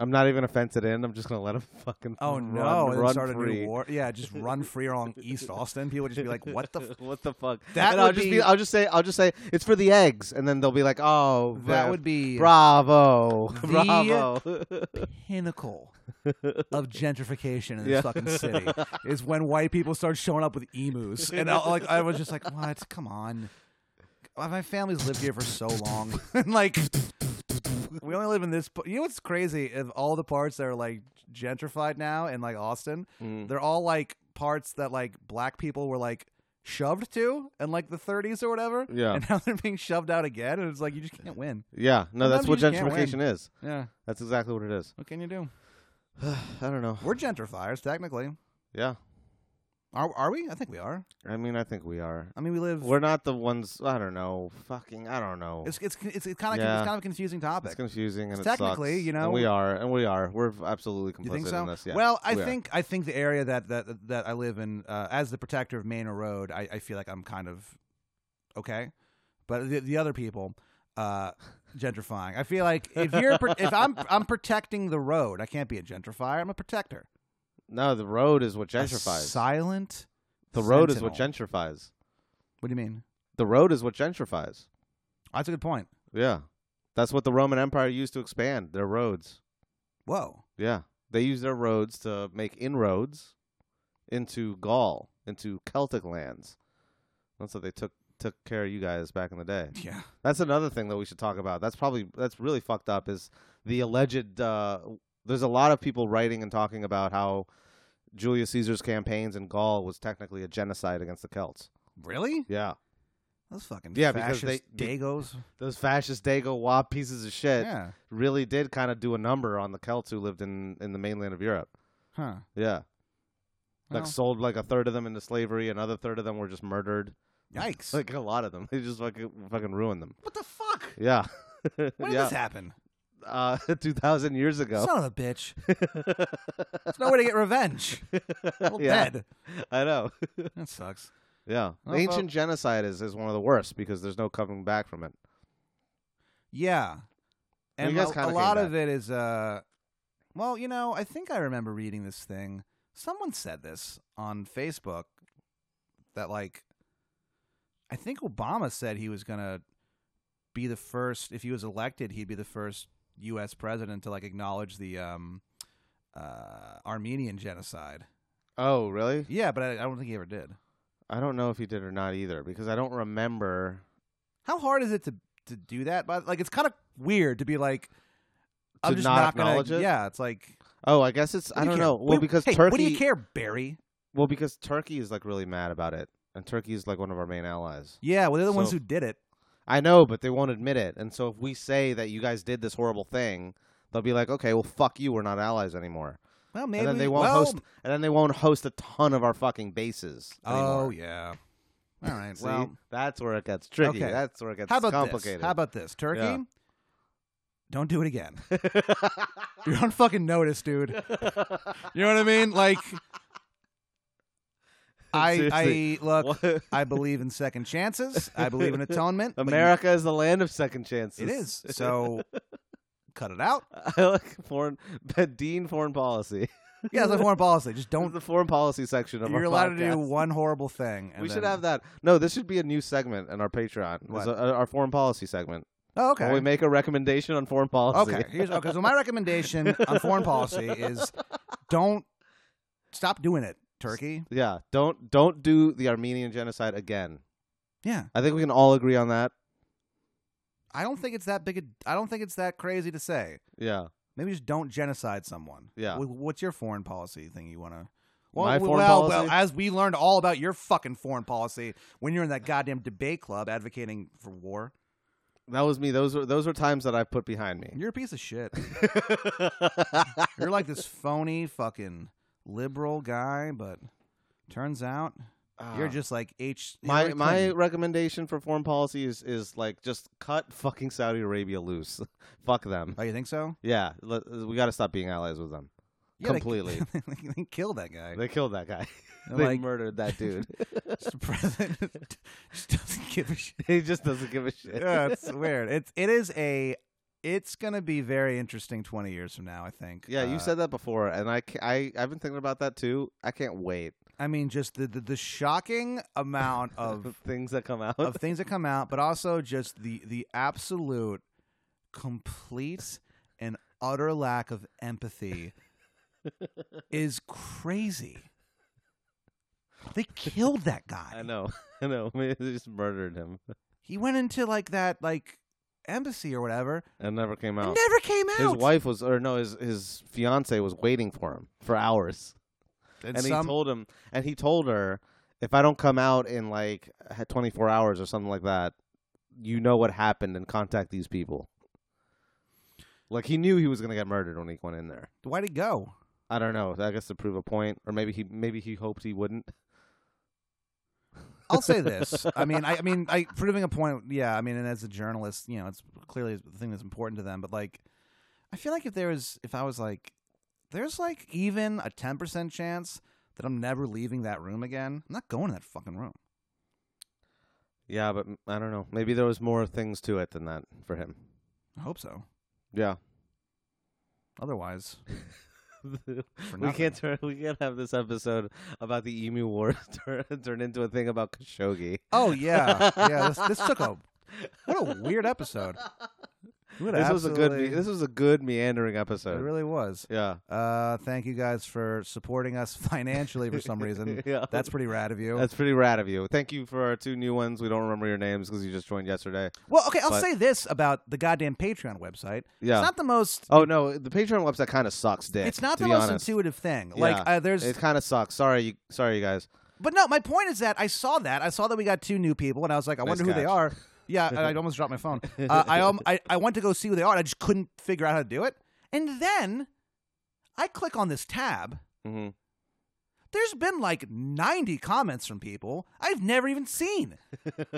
S3: I'm not even gonna fence it in. I'm just gonna let him fucking.
S1: Oh
S3: run,
S1: no! and
S3: Run
S1: start
S3: free.
S1: a new war. Yeah, just run free along East Austin. People would just be like, "What the? F-?
S3: what the fuck?
S1: That
S3: And I'll
S1: would
S3: just
S1: be-
S3: I'll just say. I'll just say it's for the eggs, and then they'll be like, "Oh,
S4: That
S3: bra-
S4: would be
S3: bravo,
S4: The-
S3: bravo."
S1: Pinnacle
S4: of gentrification.
S1: in
S4: And
S1: this
S3: Yeah.
S1: fucking city is when white people start showing up with emus." And I, like, I was just like, "What? Come on." Uh, My family's lived here for so long, and like, we only live in this. p- You know what's crazy? Of all the parts that are like gentrified now, in like Austin,
S3: Mm.
S1: they're all like parts that like black people were like shoved to in like the 30s or whatever.
S3: Yeah.
S1: And now they're being shoved out again, and it's like you just can't win.
S3: yeah, no, that's
S1: Sometimes
S3: what
S1: you just can't win.
S3: gentrification is.
S1: Yeah.
S3: That's exactly what it is.
S1: What can you do?
S3: I don't know.
S1: We're gentrifiers technically.
S3: Yeah,
S1: Are are we? I think we are.
S3: I mean, I think we are.
S1: I mean, we live.
S3: We're not the ones. I don't know. Fucking, I don't know.
S1: it's it's it's, it's kind of
S3: Yeah.
S1: it's kind of a confusing topic.
S3: It's confusing and
S1: It's
S3: it sucks.
S1: technically, you know-
S3: and we are, and we are. We're absolutely complicit
S1: you think
S3: in
S1: so?
S3: this. Yeah.
S1: Well, I
S3: we are.
S1: think I think the area that that that I live in, uh, as the protector of Manor Road, I, I feel like I'm kind of okay, but the, the other people, uh, gentrifying. I feel like if you're pro- if I'm I'm protecting the road, I can't be a gentrifier. I'm a protector.
S3: no. The road is what
S1: A
S3: gentrifies.
S1: silent.
S3: the road is what
S1: sentinel.
S3: gentrifies.
S1: What do you mean?
S3: The road is what gentrifies.
S1: That's a good point.
S3: Yeah, that's what the Roman Empire used to expand their roads.
S1: Whoa.
S3: Yeah, they used their roads to make inroads into Gaul, into Celtic lands. That's what they took took care of you guys back in the day.
S1: Yeah.
S3: That's another thing that we should talk about. That's probably that's really fucked up. Is the alleged? Uh, there's a lot of people writing and talking about how Julius Caesar's campaigns in Gaul was technically a genocide against the Celts.
S1: Really?
S3: Yeah,
S1: Those fucking
S3: Yeah, because
S1: fascist
S3: they-
S1: dagos.
S3: those fascist Dago Wab pieces of shit
S1: yeah.
S3: really did kind of do a number on the Celts who lived in in the mainland of Europe.
S1: Huh.
S3: Yeah,
S1: Well.
S3: like sold like a third of them into slavery, another third of them were just murdered.
S1: Yikes.
S3: Like a lot of them, they just fucking fucking ruined them.
S1: what the fuck?
S3: Yeah,
S1: When did
S3: yeah,
S1: this happen?
S3: uh, two thousand years ago.
S1: Son of a bitch. There's no way to get revenge. Well,
S3: Yeah.
S1: dead.
S3: I know.
S1: That sucks.
S3: Yeah.
S1: Well,
S3: Ancient
S1: well-
S3: genocide is, is one of the worst because there's no coming back from it.
S1: Yeah.
S3: Well,
S1: And
S3: you guys
S1: a,
S3: kinda
S1: a
S3: came
S1: lot
S3: back.
S1: of it is, uh, well, you know, I think I remember reading this thing. Someone said this on Facebook that, like, I think Obama said he was going to be the first, if he was elected, he'd be the first U.S. president to, like, acknowledge the um, uh, Armenian genocide.
S3: Oh, really?
S1: Yeah, but I, I don't think he ever did.
S3: I don't know if he did or not either because I don't remember.
S1: How hard is it to to do that? But like, it's kind of weird to be like, I'm
S3: To
S1: just
S3: not
S1: gonna.
S3: acknowledge it?
S1: Yeah, it's like
S3: Oh, I guess it's
S1: what
S3: I
S1: do you
S3: don't
S1: care?
S3: know.
S1: What
S3: Well,
S1: do-
S3: because
S1: hey,
S3: Turkey.
S1: What do you care, Barry?
S3: Well, because Turkey is like really mad about it, and Turkey is like one of our main allies.
S1: Yeah, well, they're the ones
S3: So-
S1: who did it.
S3: I know, but they won't admit it. And so if we say that you guys did this horrible thing, they'll be like, "Okay, well, fuck you. We're not allies anymore."
S1: Well, maybe
S3: and then they won't
S1: well,
S3: host. And then they won't host a ton of our fucking bases.
S1: Oh
S3: anymore.
S1: yeah. All right.
S3: See?
S1: well,
S3: that's where it gets tricky.
S1: okay.
S3: That's where it gets
S1: how about
S3: complicated.
S1: this? How about this, Turkey?
S3: Yeah.
S1: Don't do it again. You're on fucking notice, dude. You know what I mean? Like, I, I
S3: Seriously.
S1: look.
S3: What?
S1: I believe in second chances. I believe in atonement. but you-
S3: America is the land of second chances.
S1: It is. So cut it out.
S3: I like foreign but Dean foreign policy.
S1: Yeah, it's a foreign policy. Just
S3: Don't
S1: don't.
S3: the foreign policy section of
S1: You're
S3: our
S1: allowed to
S3: podcast.
S1: do one horrible thing. And
S3: We should
S1: then-
S3: have that. No, this should be a new segment in our Patreon. It's
S1: What?
S3: a- a- our foreign policy segment.
S1: Oh,
S3: Where we
S1: okay.
S3: make a recommendation on foreign policy.
S1: Okay. Here's, okay. So my recommendation on foreign policy is don't stop doing it, Turkey.
S3: Yeah. Don't don't do the Armenian genocide again.
S1: Yeah.
S3: I think we can all agree on that.
S1: I don't think it's that big. A, I don't think it's that crazy to say.
S3: Yeah.
S1: Maybe just don't genocide someone.
S3: Yeah.
S1: Wh- What's your foreign policy thing you want to? Well,
S3: My
S1: well,
S3: foreign
S1: well,
S3: policy?
S1: well, as we learned all about your fucking foreign policy when you're in that goddamn debate club advocating for war.
S3: That was me. Those were those were times that I put behind me.
S1: You're a piece of shit. You're like this phony fucking liberal guy, but turns out you're
S3: Ah.
S1: just like H.
S3: My
S1: Hillary
S3: my
S1: Clinton.
S3: recommendation for foreign policy is is like just cut fucking Saudi Arabia loose. Fuck them.
S1: Oh, you think so?
S3: Yeah, let- we got to stop being allies with them.
S1: Yeah, they-
S3: Completely.
S1: they, they killed that guy.
S3: They killed that guy.
S1: They're
S3: they
S1: like-
S3: murdered that dude.
S1: the president just doesn't give a shit.
S3: he just doesn't give a shit.
S1: Yeah, it's weird. It's it is a It's gonna be very interesting twenty years from now. I think.
S3: Yeah, you
S1: Uh,
S3: said that before, and I, ca- I I've been thinking about that too. I can't wait.
S1: I mean, just the the, the shocking amount
S3: The
S1: of
S3: things that come out.
S1: of things that come out, but also just the the absolute complete and utter lack of empathy is crazy.
S4: They killed that
S3: I
S4: guy.
S3: know, I know. They just murdered him
S1: He went into like that like embassy or whatever
S3: and never came
S1: and
S3: out.
S1: never came out.
S3: His wife was, or no, his his fiance was waiting for him for hours,
S1: and
S3: and
S1: some-
S3: he told him, and he told her, if I don't come out in like 24 hours or something like that, you know what happened, and contact these people. Like he knew he was gonna get murdered when he went in there.
S1: why'd he go?
S3: I don't know. I guess to prove a point, or maybe he maybe he hoped he wouldn't.
S1: I'll say this. I mean, I, I mean, I proving a point. Yeah, I mean, and as a journalist, you know, it's clearly the thing that's important to them. But like, I feel like if there was, if I was like, there's like even a ten percent chance that I'm never leaving that room again. I'm not going to that fucking room.
S3: Yeah, but m- I don't know. Maybe there was more things to it than that for him.
S1: I hope so.
S3: Yeah.
S1: Otherwise,
S3: we
S1: nothing.
S3: can't turn, we can't have this episode about the emu war turn, turn into a thing about Khashoggi.
S1: oh yeah, yeah. This, this took a what a weird episode. What
S3: This was a good me-
S1: absolutely-
S3: this was a good meandering
S1: It
S3: episode.
S1: really was.
S3: yeah.
S1: Uh, thank you guys for supporting us financially for some reason.
S3: Yeah.
S1: That's pretty rad of you.
S3: That's pretty rad of you. Thank you for our two new ones. We don't remember your names because you just joined yesterday.
S1: Well, okay, I'll
S3: But-
S1: say this about the goddamn Patreon website.
S3: Yeah.
S1: It's not the most.
S3: oh no, the Patreon website kind of sucks, Dick.
S1: It's not
S3: to
S1: the
S3: be
S1: most
S3: honest.
S1: intuitive thing. Like,
S3: Yeah.
S1: uh, there's.
S3: It kind of sucks. Sorry, you, sorry, you guys.
S1: but no, my point is that I saw that. I saw that we got two new people, and I was like, I
S3: Nice
S1: wonder who they
S3: catch.
S1: are. Yeah, I, I almost dropped my phone. Uh, I, um, I I went to go see who they are. And I just couldn't figure out how to do it. And then I click on this tab.
S3: hmm
S1: There's been like 90 comments from people I've never even seen.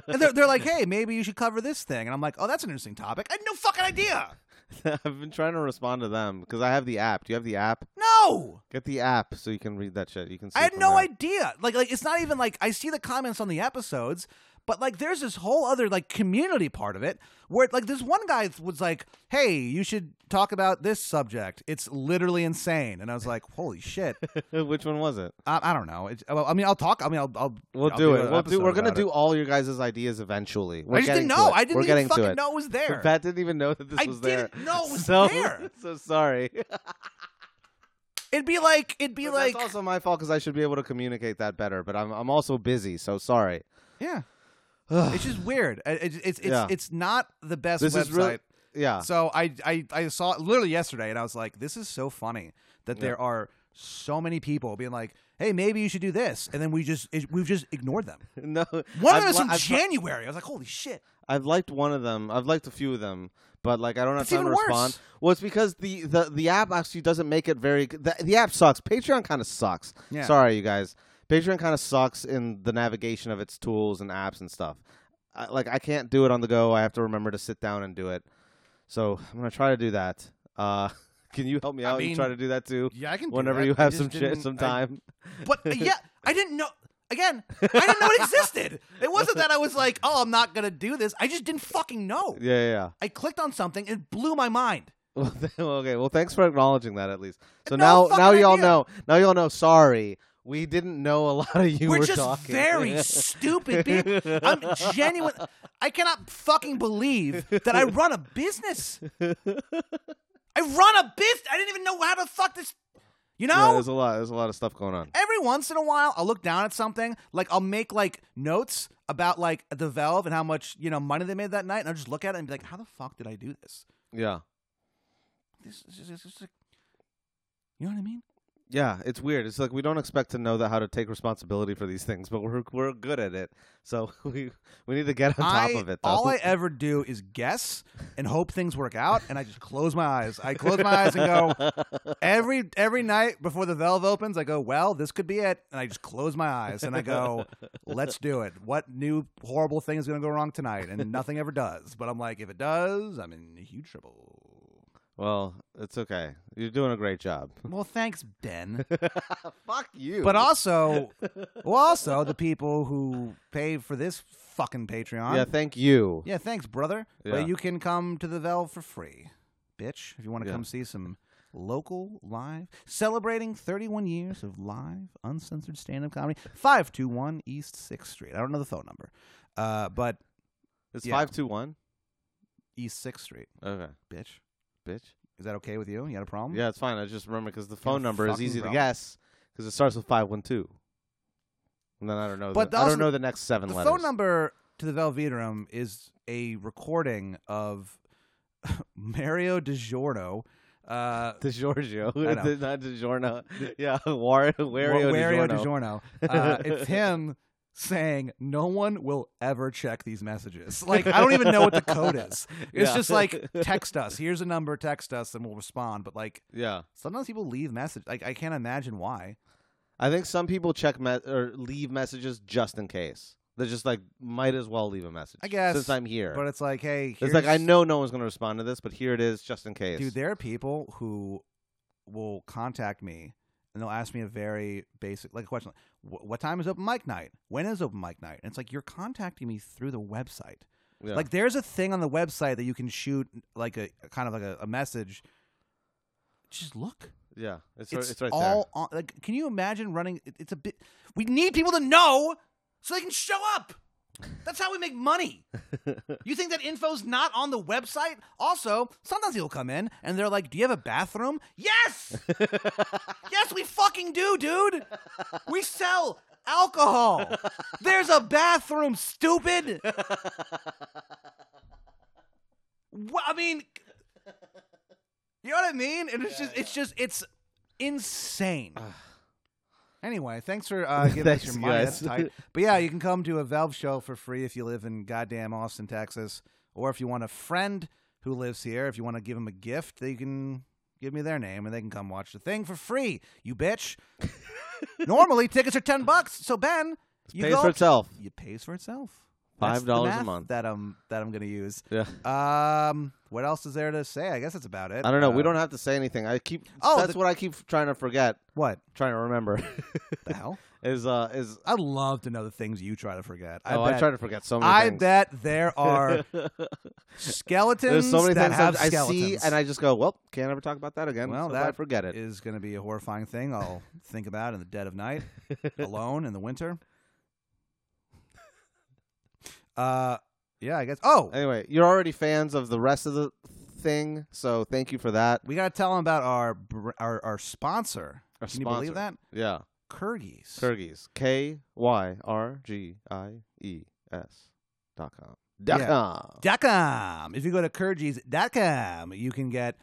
S1: And they're, they're like, hey, maybe you should cover this thing. And I'm like, oh, that's an interesting topic. I had no fucking idea.
S3: I've been trying to respond to them because I have the app. Do you have the app?
S1: No.
S3: Get the app so you can read that shit. You can. See
S1: I
S3: it
S1: had
S3: from
S1: no
S3: there.
S1: idea. Like, like it's not even like I see the comments on the episodes, but like there's this whole other like community part of it where like this one guy was like, "Hey, you should talk about this subject. It's literally insane." And I was like, "Holy shit!
S3: Which one was it?
S1: I, I don't know. It's, well, I mean, I'll talk. I mean, I'll. I'll
S3: We'll
S1: I'll
S3: do
S1: an
S3: it. We'll do.
S1: episode
S3: We're gonna
S1: about it.
S3: do all your guys' ideas eventually. We're
S1: I just didn't
S3: getting to
S1: know.
S3: it.
S1: I didn't
S3: We're
S1: even
S3: getting
S1: fucking
S3: to it.
S1: know it was there.
S3: Pat didn't even know that this
S1: I
S3: was there.
S1: didn't know it was
S3: so,
S1: there.
S3: So sorry.
S1: It'd be like it'd be
S3: But
S1: like
S3: that's also my fault because I should be able to communicate that better. But I'm I'm also busy. So sorry.
S1: yeah.
S3: Ugh.
S1: It's just weird. It- It's it's it's,
S3: Yeah.
S1: it's not the best
S3: This
S1: website.
S3: is really- Yeah.
S1: So I, I I saw it literally yesterday, and I was like, "This is so funny that
S3: Yeah.
S1: there are so many people being like, hey, maybe you should do this,' and then we just it, we've just ignored them.
S3: No.
S1: One of
S3: I've
S1: them is
S3: li-
S1: from
S3: I've,
S1: January. I was like, "Holy shit!"
S3: I've liked one of them. I've liked a few of them, but like I don't have
S1: That's
S3: time to
S1: even worse.
S3: respond. Well, it's because the, the the app actually doesn't make it very. The, the app sucks. Patreon kind of sucks.
S1: Yeah.
S3: Sorry, you guys. Patreon kind of sucks in the navigation of its tools and apps and stuff. I, like I can't do it on the go. I have to remember to sit down and do it. So I'm gonna try to do that. Uh, can you help me
S1: I
S3: out? you
S1: mean,
S3: try to do that too.
S1: Yeah, I can.
S3: Whenever you have some shit, some time.
S1: but uh, yeah, I didn't know. Again, I didn't know it existed. It wasn't that I was like, "Oh, I'm not gonna do this." I just didn't fucking know.
S3: yeah, yeah, yeah.
S1: I clicked on something, it blew my mind.
S3: Well, th- okay. Well, thanks for acknowledging that at least. So
S1: No
S3: now, now
S1: fucking
S3: you all
S1: idea.
S3: know. Now you all know. Sorry, we didn't know a lot of you
S1: We're
S3: were
S1: just
S3: talking.
S1: very stupid people. I'm genuine. I cannot fucking believe that I run a business. I run a business. I didn't even know how to fuck this. You
S3: yeah,
S1: know,
S3: there's a lot. There's a lot of stuff going on.
S1: every once in a while, I'll look down at something. Like I'll make like notes about like the Valve and how much you know money they made that night, and I'll just look at it and be like, "How the fuck did I do this?
S3: Yeah,
S1: This is just, just like, you know what I mean?
S3: yeah. It's weird. It's like we don't expect to know that how to take responsibility for these things, but we're we're good at it. So we we need to get on top
S1: I-
S3: of it. Though.
S1: All I e-, ever do is guess and hope things work out, and I just close my eyes. I close my eyes and go every every night before the valve opens. I go, well, this could be it, and I just close my eyes and I go, let's do it. What new horrible thing is going to go wrong tonight? And nothing ever does. But I'm like, if it does, I'm in huge trouble.
S3: Well, it's okay. You're doing a great job.
S1: Well, thanks, Ben.
S3: Fuck you.
S1: But also, well, also the people who pay for this fucking Patreon.
S3: yeah, thank you.
S1: Yeah, thanks, brother.
S3: Yeah.
S1: But you can come to the Vel for free, bitch. If you want to
S3: Yeah.
S1: come see some local live, celebrating 31 years of live, uncensored stand-up comedy, 521 East 6th Street. I don't know the phone number, uh, but
S3: It's
S1: Yeah.
S3: five two one.
S1: East 6th Street,
S3: Okay,
S1: bitch.
S3: bitch.
S1: Is that okay with you? You had a problem?
S3: Yeah, it's fine. I just remember because the phone number is
S1: fucking
S3: easy
S1: problem.
S3: to guess because it starts with five one two, and then I don't know.
S1: But
S3: the, I
S1: also
S3: don't know the next seven
S1: The
S3: letters.
S1: phone number to the Velveterum is a recording of Mario DiGiorno. Uh,
S3: to Giorgio,
S1: I know.
S3: not to Giorno. Yeah, War- Wario,
S1: Wario
S3: Wario DiGiorno.
S1: DiGiorno. Uh, it's him saying, "No one will ever check these messages." Like I don't even know what the code is. It's
S3: Yeah.
S1: just like text us. Here's a number. Text us, and we'll respond. But like
S3: Yeah,
S1: sometimes people leave message. Like I can't imagine why.
S3: I think some people check me- or leave messages just in case. They're just like, might as well leave a message.
S1: I guess,
S3: since I'm here,
S1: But it's like, hey,
S3: it's like I
S1: here's-
S3: know no one's going to respond to this, but here it is, just in case.
S1: Dude, there are people who will contact me and they'll ask me a very basic, like a question: like, "Wh- What time is open mic night? When is open mic night? And it's like you're contacting me through the website.
S3: Yeah.
S1: Like there's a thing on the website that you can shoot, like a kind of like a, a message. Just look.
S3: yeah, it's
S1: It's,
S3: it's, it's right there.
S1: all on. Like, can you imagine running? it- It's a bit. We need people to know so they can show up. That's how we make money. you think that info's not on the website? Also, sometimes people come in and they're like, "Do you have a bathroom?" Yes, yes, we fucking do, dude. We sell alcohol. There's a bathroom, stupid. Wha- I mean, you know what I mean? And it's just, it's just, it's insane. Anyway, thanks for uh, giving us
S3: Thanks,
S1: your money.
S3: guys.
S1: That's tight. But yeah, you can come to a Valve show for free if you live in goddamn Austin, Texas, or if you want a friend who lives here. If you want to give them a gift, they can give me their name and they can come watch the thing for free. You bitch. Normally tickets are ten bucks. So Ben, you
S3: Pays
S1: go
S3: for
S1: up to-
S3: itself.
S1: you pays for itself. That's the
S3: $5 a
S1: math
S3: month.
S1: That I'm that I'm gonna use.
S3: Yeah,
S1: Um, what else is there to say? I guess that's about it.
S3: I don't know. we
S1: Uh,
S3: don't have to say anything. I keep.
S1: Oh,
S3: that's
S1: the-
S3: what I keep trying to forget,
S1: what
S3: trying to remember.
S1: the hell.
S3: is uh is
S1: I'd love to know the things you try to forget. I
S3: oh
S1: bet,
S3: I try to forget so many.
S1: I
S3: things.
S1: bet there are skeletons
S3: There's so many
S1: that
S3: things
S1: have
S3: I, I
S1: skeletons.
S3: see and I just go, well, can't ever talk about that again.
S1: Well,
S3: so I
S1: that
S3: forget it.
S1: is going to be a horrifying thing I'll think about in the dead of night, alone in the winter. Uh, yeah, I guess. Oh,
S3: Anyway, you're already fans of the rest of the thing, so thank you for that.
S1: we got to tell them about our br- our our sponsor.
S3: Our
S1: Can you believe
S3: sponsor.
S1: that?
S3: Yeah,
S1: Kurgis.
S3: Kyrgyz. K Y R G I E S dot com. Dot
S1: Yeah.
S3: com.
S1: dot com. If you go to Kurgis.com, you can get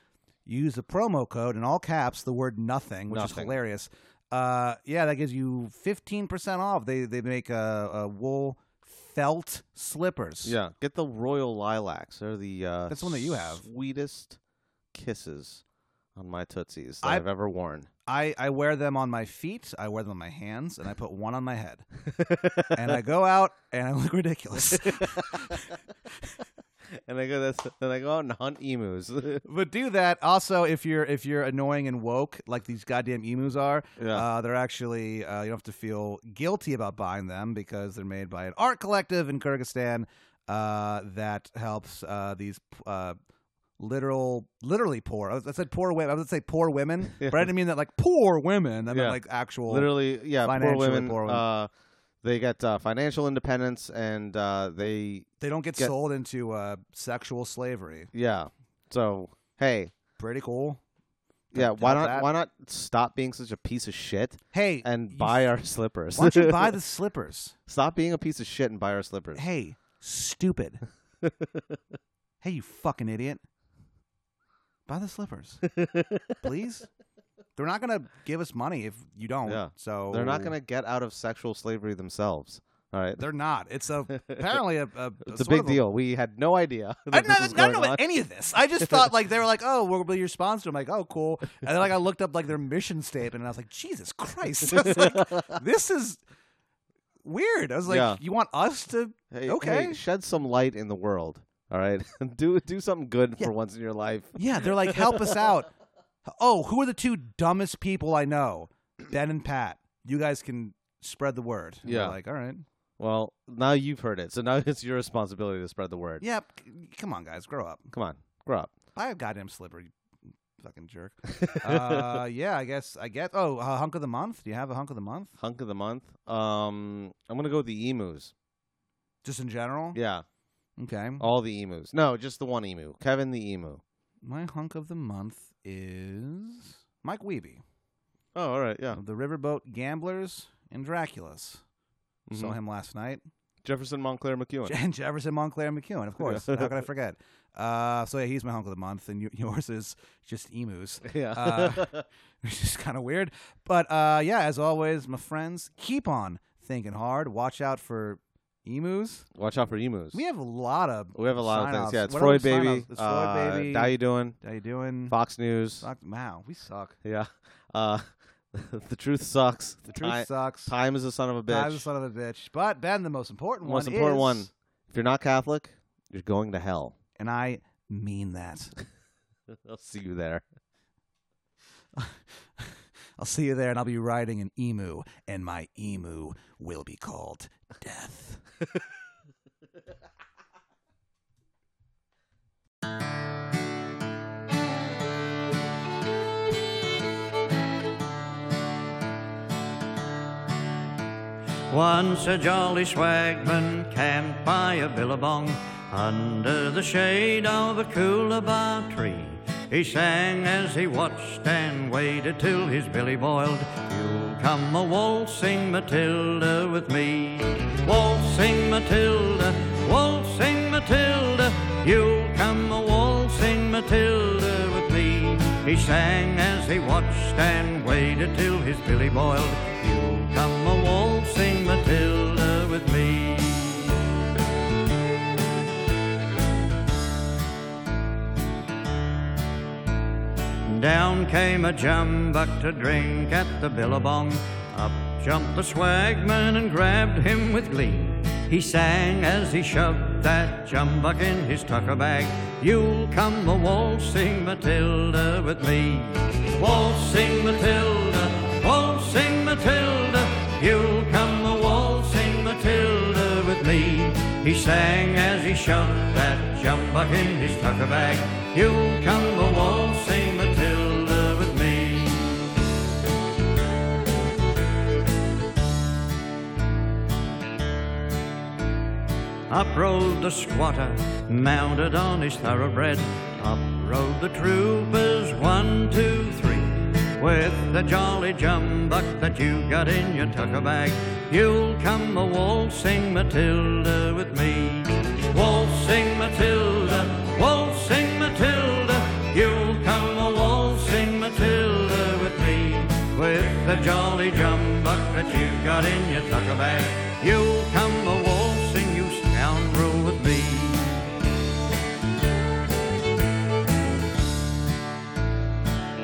S1: use the promo code in all caps the word nothing, which is
S3: Nothing.
S1: hilarious. Uh, yeah, that gives you fifteen percent off. They they make uh, uh, wool felt slippers.
S3: Yeah, get the royal lilacs. They're the uh,
S1: That's the one that you have.
S3: Sweetest kisses on my tootsies that
S1: I-
S3: I've ever worn.
S1: I, I wear them on my feet, I wear them on my hands, and I put one on my head. and I go out and I look ridiculous.
S3: And I go this, then I go out and hunt emus.
S1: but do that also if you're if you're annoying and woke like these goddamn emus are.
S3: Yeah.
S1: Uh, they're actually uh, you don't have to feel guilty about buying them because they're made by an art collective in Kyrgyzstan uh, that helps uh, these uh, literal literally poor. I was- I said poor women. I was gonna say poor women, but I didn't mean that like poor women. I meant
S3: Yeah.
S1: like actual.
S3: literally yeah poor
S1: Financially
S3: women,
S1: poor women.
S3: Uh, they get uh, financial independence and uh, they
S1: They don't get,
S3: get-
S1: sold into uh, sexual slavery.
S3: yeah so hey
S1: Pretty cool.
S3: yeah why
S1: how's
S3: not
S1: that?
S3: why not stop being such a piece of shit
S1: Hey,
S3: and
S1: you-
S3: buy our slippers
S1: Why don't you buy the slippers?
S3: stop being a piece of shit and buy our slippers
S1: Hey, stupid. hey, you fucking idiot. Buy the slippers. Please? They're not going to give us money if you don't.
S3: Yeah.
S1: So
S3: they're not gonna get out of sexual slavery themselves all right
S1: They're not. It's a apparently a, a
S3: it's a
S1: sort
S3: big
S1: of
S3: deal we had no idea
S1: I
S3: that
S1: don't know,
S3: this
S1: I
S3: was
S1: don't know
S3: going
S1: about
S3: on.
S1: any of this. I just thought like they were like, oh, we'll be your sponsor. I'm like, oh, cool. And then like I looked up like their mission statement, and I was like, Jesus Christ, I was like, this is weird. I was like,
S3: Yeah.
S1: you want us to?
S3: Hey,
S1: okay.
S3: hey, shed some light in the world All right, do do something good
S1: Yeah.
S3: for once in your life.
S1: Yeah, they're like, help us out. Oh, who are the two dumbest people I know? Ben and Pat. You guys can spread the word. And they're
S3: Yeah.
S1: like, all right.
S3: Well, now you've heard it, so now it's your responsibility to spread the word.
S1: Yeah, c- come on, guys, grow up.
S3: Come on, grow up.
S1: Buy a goddamn slipper, you fucking jerk. uh, yeah, I guess. I guess. Oh, uh, hunk of the month. Do you have a hunk of the month?
S3: Hunk of the month. Um, I'm gonna go with the emus.
S1: Just in general.
S3: Yeah,
S1: Okay.
S3: all the emus. No, just the one emu. Kevin the emu.
S1: My hunk of the month is Mike Weeby
S3: Oh, all right, yeah.
S1: of the Riverboat Gamblers and Draculas. Saw
S3: Mhm.
S1: him last night.
S3: Jefferson Montclair McEwen.
S1: And Jefferson Montclair McEwen, of course.
S3: Yeah.
S1: How could I forget? Uh, so yeah, he's my hunk of the month, and y- yours is just emus,
S3: yeah.
S1: uh, which is kind of weird. But uh, yeah, as always, my friends, keep on thinking hard. Watch out for emus.
S3: Watch out for emus.
S1: We have a lot of.
S3: We have a lot of
S1: sign-offs.
S3: things. Yeah, it's
S1: What
S3: Freud
S1: other
S3: baby.
S1: sign-offs? It's Freud
S3: uh,
S1: baby. Hmm.
S3: How you doing?
S1: How you doing?
S3: Fox News.
S1: Fuck, Wow, we suck.
S3: Yeah. Uh, the truth sucks.
S1: The truth
S3: Ti-
S1: sucks.
S3: Time is a son of a bitch.
S1: Time's a son of a bitch. But Ben, the most important
S3: Most
S1: one.
S3: important
S1: is-
S3: one. If you're not Catholic, you're going to hell.
S1: and I mean that.
S3: I'll see you there.
S1: I'll see you there, and I'll be riding an emu, and my emu will be called Death.
S5: Once a jolly swagman camped by a billabong under the shade of a coolabah tree. He sang as he watched and waited till his billy boiled. You'll come a waltzing Matilda with me. Waltzing Matilda, waltzing Matilda, you'll come a waltzing Matilda with me. He sang as he watched and waited till his billy boiled. You'll come a waltzing Matilda with me. Down came a jumbuck to drink at the billabong. Up jumped the swagman and grabbed him with glee. He sang as he shoved that jumbuck in his tucker bag. You'll come a waltzing Matilda with me. Waltzing Matilda, waltzing Matilda, you'll come a waltzing Matilda with me. He sang as he shoved that jumbuck in his tucker bag. You'll come a waltzing Matilda with me. Up rode the squatter, mounted on his thoroughbred. Up rode the troopers, one, two, three. With the jolly jumbuck that you got in your tucker bag, you'll come a waltzing Matilda with me. Waltzing Matilda, waltzing Matilda, you'll come a waltzing Matilda with me. With the jolly jumbuck that you got in your tucker bag, you'll come a waltzing, you scoundrel, with me.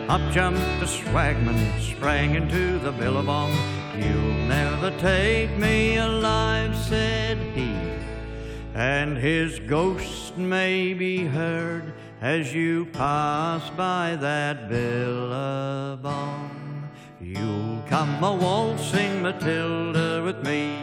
S5: Up jumped the swagman, sprang into the billabong. You'll never take me alive, said he. And his ghost may be heard as you pass by that billabong. You'll come a waltzing Matilda with me.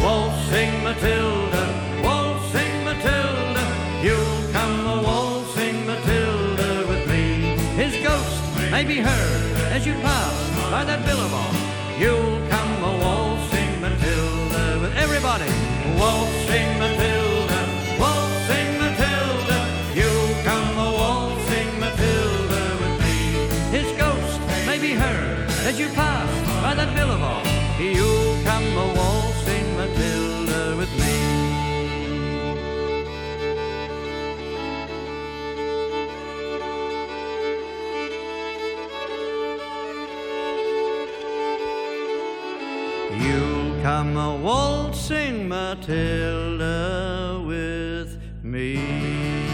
S5: Waltzing Matilda, waltzing Matilda, you'll come a waltzing Matilda with me. His ghost may be heard as you pass by that billabong. You'll come a waltzing Matilda with everybody. Waltzing Matilda, waltzing Matilda, you'll come a waltzing Matilda with me. His ghost may be heard as you pass by that billabong. You'll come a waltzing Matilda with me. You'll come a waltzing Matilda with me.